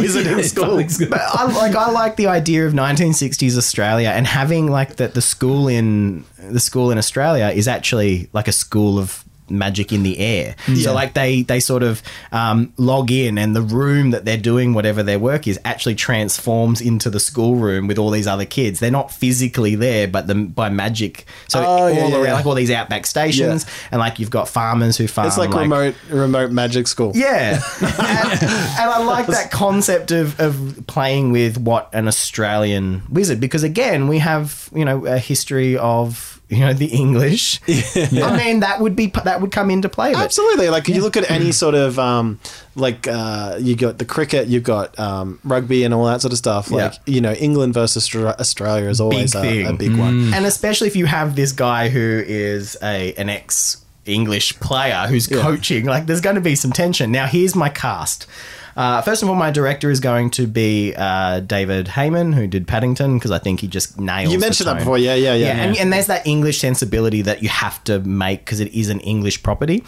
[SPEAKER 11] wizarding
[SPEAKER 10] It's public
[SPEAKER 11] school.
[SPEAKER 10] But I like I like the idea of 1960s Australia and having like that the school in the school in Australia is actually like a school of magic in the air.
[SPEAKER 15] Yeah.
[SPEAKER 10] So like they they sort of um, log in, and the room that they're doing whatever their work is actually transforms into the schoolroom with all these other kids. They're not physically there, but the, by magic. So
[SPEAKER 11] Oh,
[SPEAKER 10] all
[SPEAKER 11] yeah, yeah,
[SPEAKER 10] around,
[SPEAKER 11] yeah.
[SPEAKER 10] like all these outback stations, and like you've got farmers who farm.
[SPEAKER 11] it's like, remote remote magic school.
[SPEAKER 10] Ah, Yeah. and I like that concept of, of playing with what an Australian wizard, because again, we have, you know, a history of, you know, the English. I mean, that would be, that would come into play. But Mm-hmm.
[SPEAKER 11] Absolutely. Like you look at any sort of um, like uh, you got the cricket, you've got um, rugby, and all that sort of stuff. Like you know, England versus Austra- Australia is always a, a big one.
[SPEAKER 10] And especially if you have this guy who is a an ex English player who's coaching, like there's going to be some tension. Now, here's my cast. Uh, first of all, my director is going to be uh, David Heyman, who did Paddington, because I think he just nails.
[SPEAKER 11] You
[SPEAKER 10] the
[SPEAKER 11] mentioned that
[SPEAKER 10] tone.
[SPEAKER 11] before. Yeah, yeah, yeah.
[SPEAKER 10] And,
[SPEAKER 11] Yeah.
[SPEAKER 10] and there's that English sensibility that you have to make because it is an English property.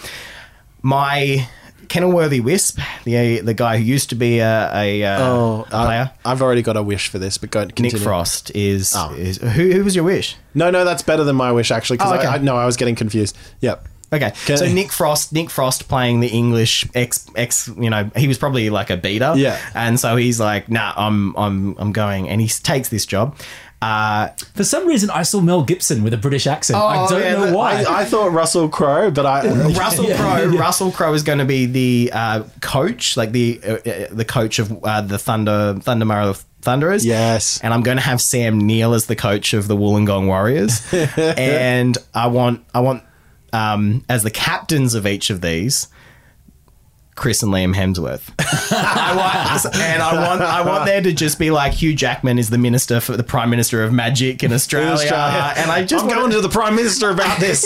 [SPEAKER 10] My Kenilworthy Wisp, the the guy who used to be a, a uh,
[SPEAKER 11] Oh, I-
[SPEAKER 10] player,
[SPEAKER 11] I've already got a wish for this, but go continue. Oh.
[SPEAKER 10] Nick Frost is, is who, who was your wish?
[SPEAKER 11] No, no, that's better than my wish actually. Because
[SPEAKER 10] Oh, okay.
[SPEAKER 11] I, I, no, I was getting confused. Yep.
[SPEAKER 10] Okay, so Nick Frost, Nick Frost playing the English ex ex, you know, he was probably like a beater,
[SPEAKER 11] Yeah.
[SPEAKER 10] and so he's like, nah, I'm I'm I'm going, and he s- takes this job. Uh,
[SPEAKER 16] For some reason, I saw Mel Gibson with a British accent.
[SPEAKER 10] Oh,
[SPEAKER 16] I don't know why.
[SPEAKER 11] Oh, I, I thought Russell Crowe, but I
[SPEAKER 10] Russell Crowe, Russell Crowe is going to be the uh, coach, like the uh, uh, the coach of uh, the Thunder Thunder Mara Thunderers.
[SPEAKER 11] Yes,
[SPEAKER 10] and I'm going to have Sam Neill as the coach of the Wollongong Warriors, and I want I want um, as the captains of each of these. Chris and Liam Hemsworth, I want, and I want I want there to just be like Hugh Jackman is the minister for the Prime Minister of Magic in Australia,
[SPEAKER 11] Australia.
[SPEAKER 10] and I just
[SPEAKER 11] I'm
[SPEAKER 10] wanna-
[SPEAKER 11] going to the Prime Minister about this.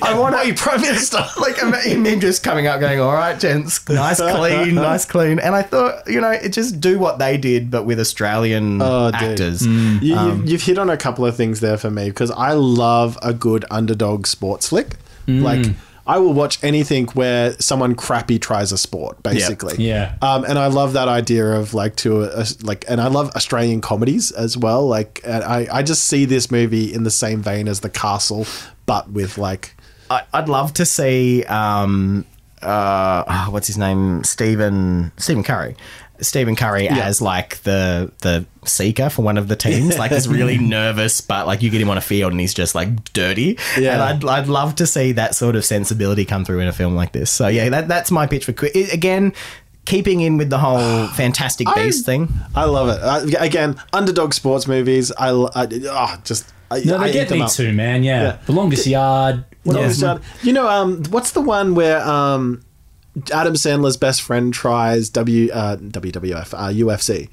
[SPEAKER 10] I want to be prime minister. Like imagine him just coming up, going, "All right, gents, nice clean, nice clean." And I thought, you know, it just do what they did, but with Australian
[SPEAKER 11] Oh, dude.
[SPEAKER 10] actors.
[SPEAKER 11] You, you-
[SPEAKER 10] Um,
[SPEAKER 11] you've hit on a couple of things there for me because I love a good underdog sports flick.
[SPEAKER 16] Mm.
[SPEAKER 11] Like I will watch anything where someone crappy tries a sport, basically.
[SPEAKER 16] Yeah.
[SPEAKER 11] Um, and I love that idea of like to uh, like, and I love Australian comedies as well. Like, and I I just see this movie in the same vein as The Castle, but with like
[SPEAKER 10] I, I'd love to see um, uh, oh, what's his name, Stephen Stephen Curry. Stephen Curry as like the the seeker for one of the teams,
[SPEAKER 11] Yeah.
[SPEAKER 10] like he's really nervous, but like you get him on a field and he's just like dirty.
[SPEAKER 11] Yeah.
[SPEAKER 10] and I'd, I'd love to see that sort of sensibility come through in a film like this. So yeah, that, that's my pitch for Qui- it, again, keeping in with the whole Fantastic Beast thing.
[SPEAKER 11] I love it. I, again, underdog sports movies. I, l- I- oh, just I,
[SPEAKER 16] no,
[SPEAKER 11] I
[SPEAKER 16] they
[SPEAKER 11] eat
[SPEAKER 16] get
[SPEAKER 11] them
[SPEAKER 16] me
[SPEAKER 11] up.
[SPEAKER 16] too, man. Yeah. The longest yard.
[SPEAKER 11] What
[SPEAKER 16] yeah.
[SPEAKER 11] else did- You know, um, what's the one where um, Adam Sandler's best friend tries W uh, WWF uh, UFC?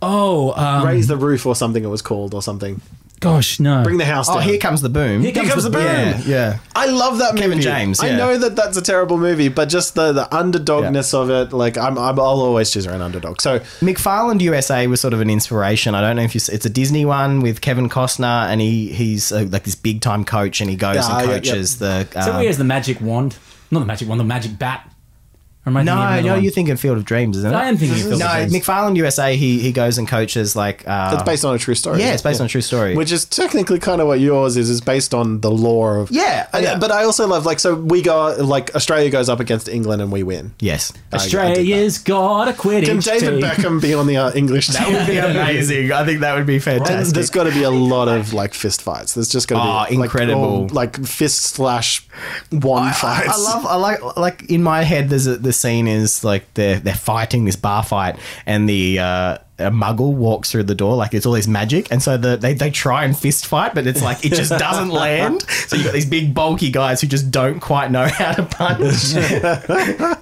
[SPEAKER 16] Oh, um,
[SPEAKER 11] raise
[SPEAKER 10] Mm-hmm.
[SPEAKER 11] the roof or something. It was called or something.
[SPEAKER 16] Gosh, no.
[SPEAKER 11] Bring the house
[SPEAKER 10] Oh,
[SPEAKER 11] down.
[SPEAKER 10] here comes the boom!
[SPEAKER 11] Here comes, the, boom.
[SPEAKER 10] Yeah, yeah.
[SPEAKER 11] I love that
[SPEAKER 10] Kevin
[SPEAKER 11] movie.
[SPEAKER 10] James,
[SPEAKER 11] I
[SPEAKER 10] yeah.
[SPEAKER 11] know that that's a terrible movie, but just the the underdogness of it. Like I'm, I'm, I'll always choose an underdog. So
[SPEAKER 10] McFarland USA was sort of an inspiration. I don't know if you. s- It's a Disney one with Kevin Costner, and he he's uh, like this big time coach, and he goes
[SPEAKER 16] Ah,
[SPEAKER 10] and
[SPEAKER 16] yeah, yeah.
[SPEAKER 10] coaches the.
[SPEAKER 16] So
[SPEAKER 10] um,
[SPEAKER 16] he has the magic wand. Not the magic wand, the magic bat. Or am I thinking of
[SPEAKER 10] no,
[SPEAKER 16] another
[SPEAKER 10] no,
[SPEAKER 16] one?
[SPEAKER 10] you're thinking Field of Dreams, isn't it?
[SPEAKER 16] I am thinking of Field of
[SPEAKER 10] no,
[SPEAKER 16] Dreams.
[SPEAKER 10] McFarland USA. He he goes and coaches like. Uh,
[SPEAKER 11] it's based on a true story.
[SPEAKER 10] Yeah,
[SPEAKER 11] isn't
[SPEAKER 10] it's
[SPEAKER 11] it?
[SPEAKER 10] based on a true story.
[SPEAKER 11] Which is technically kind of what yours is. Is based on the lore of
[SPEAKER 10] Yeah,
[SPEAKER 11] I-
[SPEAKER 10] yeah.
[SPEAKER 11] But I also love like so we go like Australia goes up against England and we win.
[SPEAKER 10] yes,
[SPEAKER 16] Australia's got a quidditch
[SPEAKER 11] Can
[SPEAKER 16] team.
[SPEAKER 11] David Beckham be on the uh, English team?
[SPEAKER 10] that would be amazing. I think that would be
[SPEAKER 11] And
[SPEAKER 10] fantastic.
[SPEAKER 11] there's got to be a lot of like fist fights. There's just
[SPEAKER 10] Oh,
[SPEAKER 11] got to be
[SPEAKER 10] incredible.
[SPEAKER 11] like, all, like fist slash one
[SPEAKER 10] I,
[SPEAKER 11] fights.
[SPEAKER 10] I love, I like, like in my head. There's a, the scene is like they're they're fighting this bar fight, and the uh, a muggle walks through the door like it's all this magic, and so the, they they try and fist fight, but it's like it just doesn't land. So you have got these big bulky guys who just don't quite know how to punch.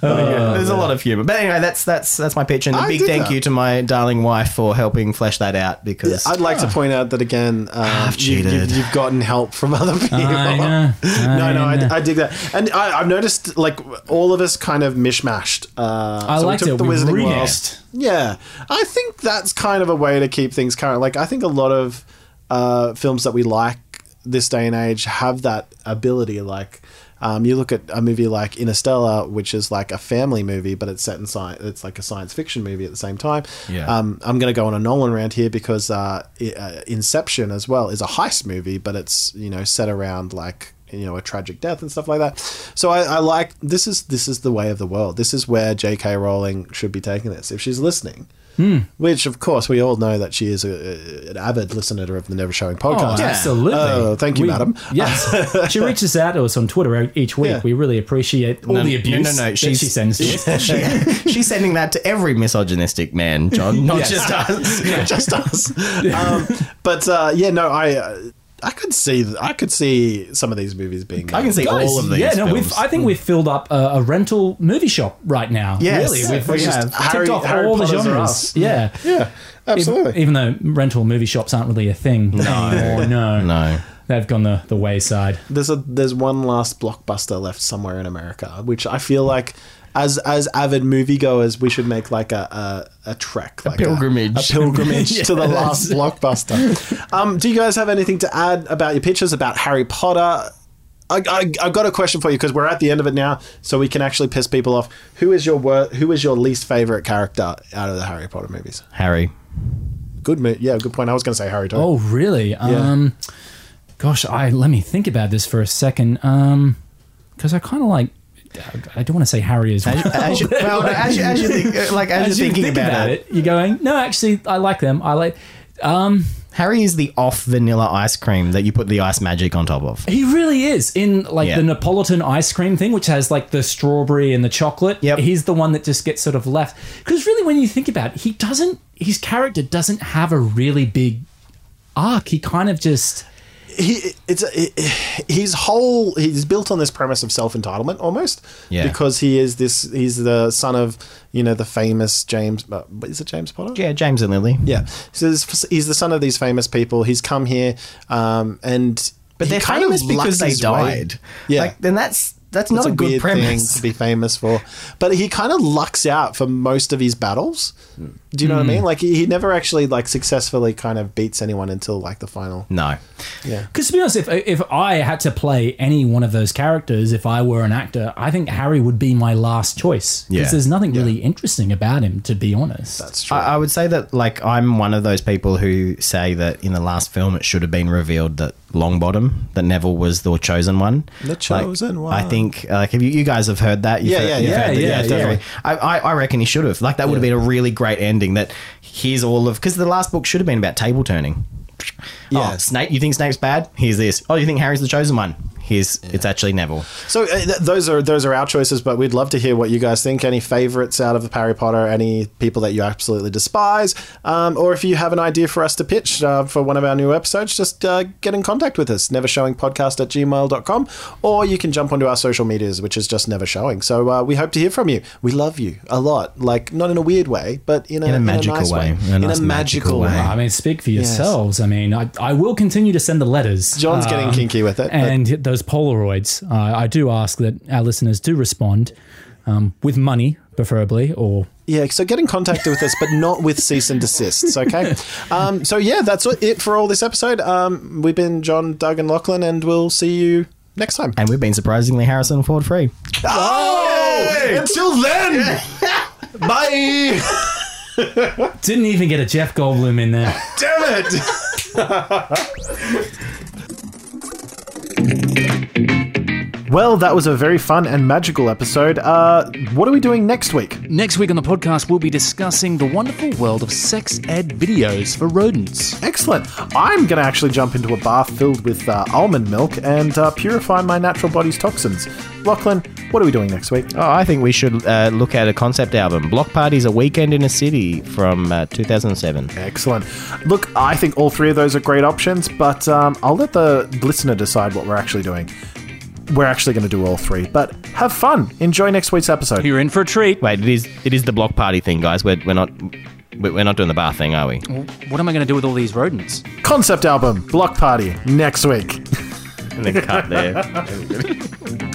[SPEAKER 10] There's a lot of humor, but anyway, that's that's that's my pitch, and a
[SPEAKER 11] Oh, I
[SPEAKER 10] big
[SPEAKER 11] did
[SPEAKER 10] thank
[SPEAKER 11] that.
[SPEAKER 10] you to my darling wife for helping flesh that out because
[SPEAKER 11] I'd like to point out that again, uh, you,
[SPEAKER 10] cheated.
[SPEAKER 11] have gotten help from other people.
[SPEAKER 10] I know.
[SPEAKER 11] no, no,
[SPEAKER 10] I know.
[SPEAKER 11] I, I dig that, and I, I've noticed like all of us kind of mishmashed. Uh,
[SPEAKER 16] I
[SPEAKER 11] so
[SPEAKER 16] liked
[SPEAKER 11] we
[SPEAKER 16] it.
[SPEAKER 11] took
[SPEAKER 16] We
[SPEAKER 11] The Wizarding
[SPEAKER 16] remixed.
[SPEAKER 11] World. Yeah, I think that's kind of a way to keep things current. Like I think a lot of uh, films that we like this day and age have that ability. Like um, you look at a movie like Interstellar, which is like a family movie, but it's set in science. It's like a science fiction movie at the same time.
[SPEAKER 10] Yeah.
[SPEAKER 11] Um, I'm going to go on a Nolan rant here because uh, I- uh, Inception as well is a heist movie, but it's you know set around like you know a tragic death and stuff like that. So I, I like this is this is the way of the world. This is where J.K. Rowling should be taking this if she's listening.
[SPEAKER 9] Hmm.
[SPEAKER 11] Which, of course, we all know that she is a, an avid listener of the Never Showing podcast.
[SPEAKER 9] Oh, absolutely.
[SPEAKER 11] Oh, thank you,
[SPEAKER 9] We-
[SPEAKER 11] madam.
[SPEAKER 9] Yes. she reaches out to us on Twitter each week.
[SPEAKER 11] Yeah.
[SPEAKER 9] We really appreciate all
[SPEAKER 16] um,
[SPEAKER 10] No,
[SPEAKER 9] the abuse
[SPEAKER 10] No, no, no.
[SPEAKER 9] that
[SPEAKER 10] She's,
[SPEAKER 9] she sends to us.
[SPEAKER 10] she- she's sending that to every misogynistic man, John, not
[SPEAKER 11] Yes.
[SPEAKER 10] just us.
[SPEAKER 11] Not just us. Um, but uh, yeah, no, I uh, I could see th- I could see some of these movies being. uh,
[SPEAKER 10] I can see
[SPEAKER 9] Guys,
[SPEAKER 10] all of these.
[SPEAKER 9] Yeah, no,
[SPEAKER 10] films.
[SPEAKER 9] we've, I think we've filled up a, a rental movie shop right now.
[SPEAKER 10] Yes.
[SPEAKER 9] really, we've,
[SPEAKER 10] Yeah,
[SPEAKER 9] we
[SPEAKER 10] just
[SPEAKER 9] have
[SPEAKER 10] Harry-
[SPEAKER 9] ticked off
[SPEAKER 10] Harry
[SPEAKER 9] all
[SPEAKER 10] Potters
[SPEAKER 9] the
[SPEAKER 10] are
[SPEAKER 9] genres.
[SPEAKER 10] us.
[SPEAKER 9] Yeah,
[SPEAKER 11] yeah,
[SPEAKER 9] absolutely. Even, though rental movie shops aren't really a thing anymore, no,
[SPEAKER 10] no,
[SPEAKER 9] they've gone the, the wayside.
[SPEAKER 11] There's a there's one last blockbuster left somewhere in America, which I feel like. As, as avid moviegoers, we should make like a a, a trek, like
[SPEAKER 10] pilgrimage.
[SPEAKER 11] a, pilgrimage to the
[SPEAKER 10] Yes.
[SPEAKER 11] last blockbuster. Um, do you guys have anything to add about your pictures about Harry Potter? I, I, I've got a question for you because we're at the end of it now, so we can actually piss people off. Who is your wor- Who is your least favorite character out of the Harry Potter movies?
[SPEAKER 10] Harry.
[SPEAKER 11] Good, mo- yeah, good point. I was going to say Harry. Too.
[SPEAKER 9] Oh, really? Um, gosh, I let me think about this for a second. Um, because I kind of like. I don't want to say Harry as well.
[SPEAKER 10] as you-
[SPEAKER 9] but,
[SPEAKER 10] well, no,
[SPEAKER 9] like-
[SPEAKER 10] as you- as you think- uh, like, as you're thinking about it.
[SPEAKER 9] you're going, no, actually, I like them. I like. Um,
[SPEAKER 10] Harry is the off vanilla ice cream that you put the ice magic on top of.
[SPEAKER 9] He really is in like
[SPEAKER 10] Yeah.
[SPEAKER 9] the Napolitan ice cream thing, which has like the strawberry and the chocolate. Yep. He's the one that just gets sort of left. Because really, when you think about it, he doesn't, his character doesn't have a really big arc. He kind of just.
[SPEAKER 11] he it's his whole he's built on this premise of self entitlement almost
[SPEAKER 9] Yeah.
[SPEAKER 11] because he is this he's the son of you know the famous James uh, is it James Potter
[SPEAKER 10] yeah James and Lily
[SPEAKER 11] yeah so he's, he's the son of these famous people he's come here um, and
[SPEAKER 10] But
[SPEAKER 11] he
[SPEAKER 10] they're
[SPEAKER 11] kind of
[SPEAKER 10] famous
[SPEAKER 11] lucks
[SPEAKER 10] because they
[SPEAKER 11] his
[SPEAKER 10] died.
[SPEAKER 11] way. yeah
[SPEAKER 10] Like, then that's that's not
[SPEAKER 11] It's
[SPEAKER 10] a, good
[SPEAKER 11] weird
[SPEAKER 10] premise.
[SPEAKER 11] thing to be famous for but he kind of lucks out for most of his battles do you know what I
[SPEAKER 10] Mm.
[SPEAKER 11] mean like he, he never actually like successfully kind of beats anyone until like the final
[SPEAKER 10] No.
[SPEAKER 11] yeah
[SPEAKER 9] Because to be honest, if, if I had to play any one of those characters, if I were an actor, I think Harry would be my last choice. Because
[SPEAKER 10] Yeah.
[SPEAKER 9] there's nothing really interesting about him, to be honest. That's
[SPEAKER 10] I, I would say that like I'm one of those people who say that in the last film it should have been revealed that Longbottom, that Neville was the chosen one.
[SPEAKER 11] The
[SPEAKER 10] Like,
[SPEAKER 11] chosen one.
[SPEAKER 10] I think uh, like have you, you guys have heard that? You've
[SPEAKER 11] Yeah,
[SPEAKER 10] heard-
[SPEAKER 11] yeah,
[SPEAKER 10] you've
[SPEAKER 11] yeah,
[SPEAKER 10] heard that,
[SPEAKER 11] yeah, yeah,
[SPEAKER 10] definitely. I, I I reckon he should have. Like that would have been a really great ending. That here's all of because the last book should have been about table turning. Yeah. Oh, Snape. You think Snape's bad? Here's this. Oh, you think Harry's the chosen one? Here's it's actually Neville.
[SPEAKER 11] So uh, th- those are those are our choices, but we'd love to hear what you guys think. Any favorites out of Harry Potter? Any people that you absolutely despise? Um, or if you have an idea for us to pitch uh, for one of our new episodes, just uh, get in contact with us, nevershowingpodcast at gmail.com, or you can jump onto our social medias, which is just never showing. So uh, we hope to hear from you. We love you a lot, like not in a weird way, but in a,
[SPEAKER 10] In a
[SPEAKER 11] in
[SPEAKER 10] magical
[SPEAKER 11] nice
[SPEAKER 10] way.
[SPEAKER 11] In a, magical, way.
[SPEAKER 9] I mean, speak for
[SPEAKER 11] Yes.
[SPEAKER 9] yourselves. I mean, I, I will continue to send the letters. um,
[SPEAKER 11] John's getting kinky with it, but-
[SPEAKER 9] And those Polaroids. Uh, I do ask that our listeners do respond um, with money, preferably, or
[SPEAKER 11] Yeah, so get in contact with us, but not with cease and desists, okay? Um, so, yeah, that's it for all this episode. Um, we've been John, Doug, and Lachlan, and we'll see you next time.
[SPEAKER 10] And we've been surprisingly Harrison Ford free.
[SPEAKER 11] Oh! Until then! Bye!
[SPEAKER 9] Didn't even get a Jeff Goldblum in there.
[SPEAKER 11] Damn it! well, that was a very fun and magical episode. Uh, what are we doing next week?
[SPEAKER 15] Next week on the podcast, we'll be discussing the wonderful world of sex ed videos for rodents.
[SPEAKER 11] Excellent. I'm going to actually jump into a bath filled with uh, almond milk and uh, purify my natural body's toxins. Lachlan, what are we doing next week?
[SPEAKER 10] Oh, I think we should uh, look at a concept album. Block Parties: A Weekend in a City from uh, 2007.
[SPEAKER 11] Excellent. Look, I think all three of those are great options, but um, I'll let the listener decide what we're actually doing. We're actually going to do all three, but have fun. Enjoy next week's episode.
[SPEAKER 10] You're in for a treat. Wait, it is it is the block party thing, guys. We're, we're not we- we're not doing the bar thing, are we?
[SPEAKER 15] What am I going to do with all these rodents?
[SPEAKER 11] Concept album, Block Party, next week.
[SPEAKER 10] And then cut there.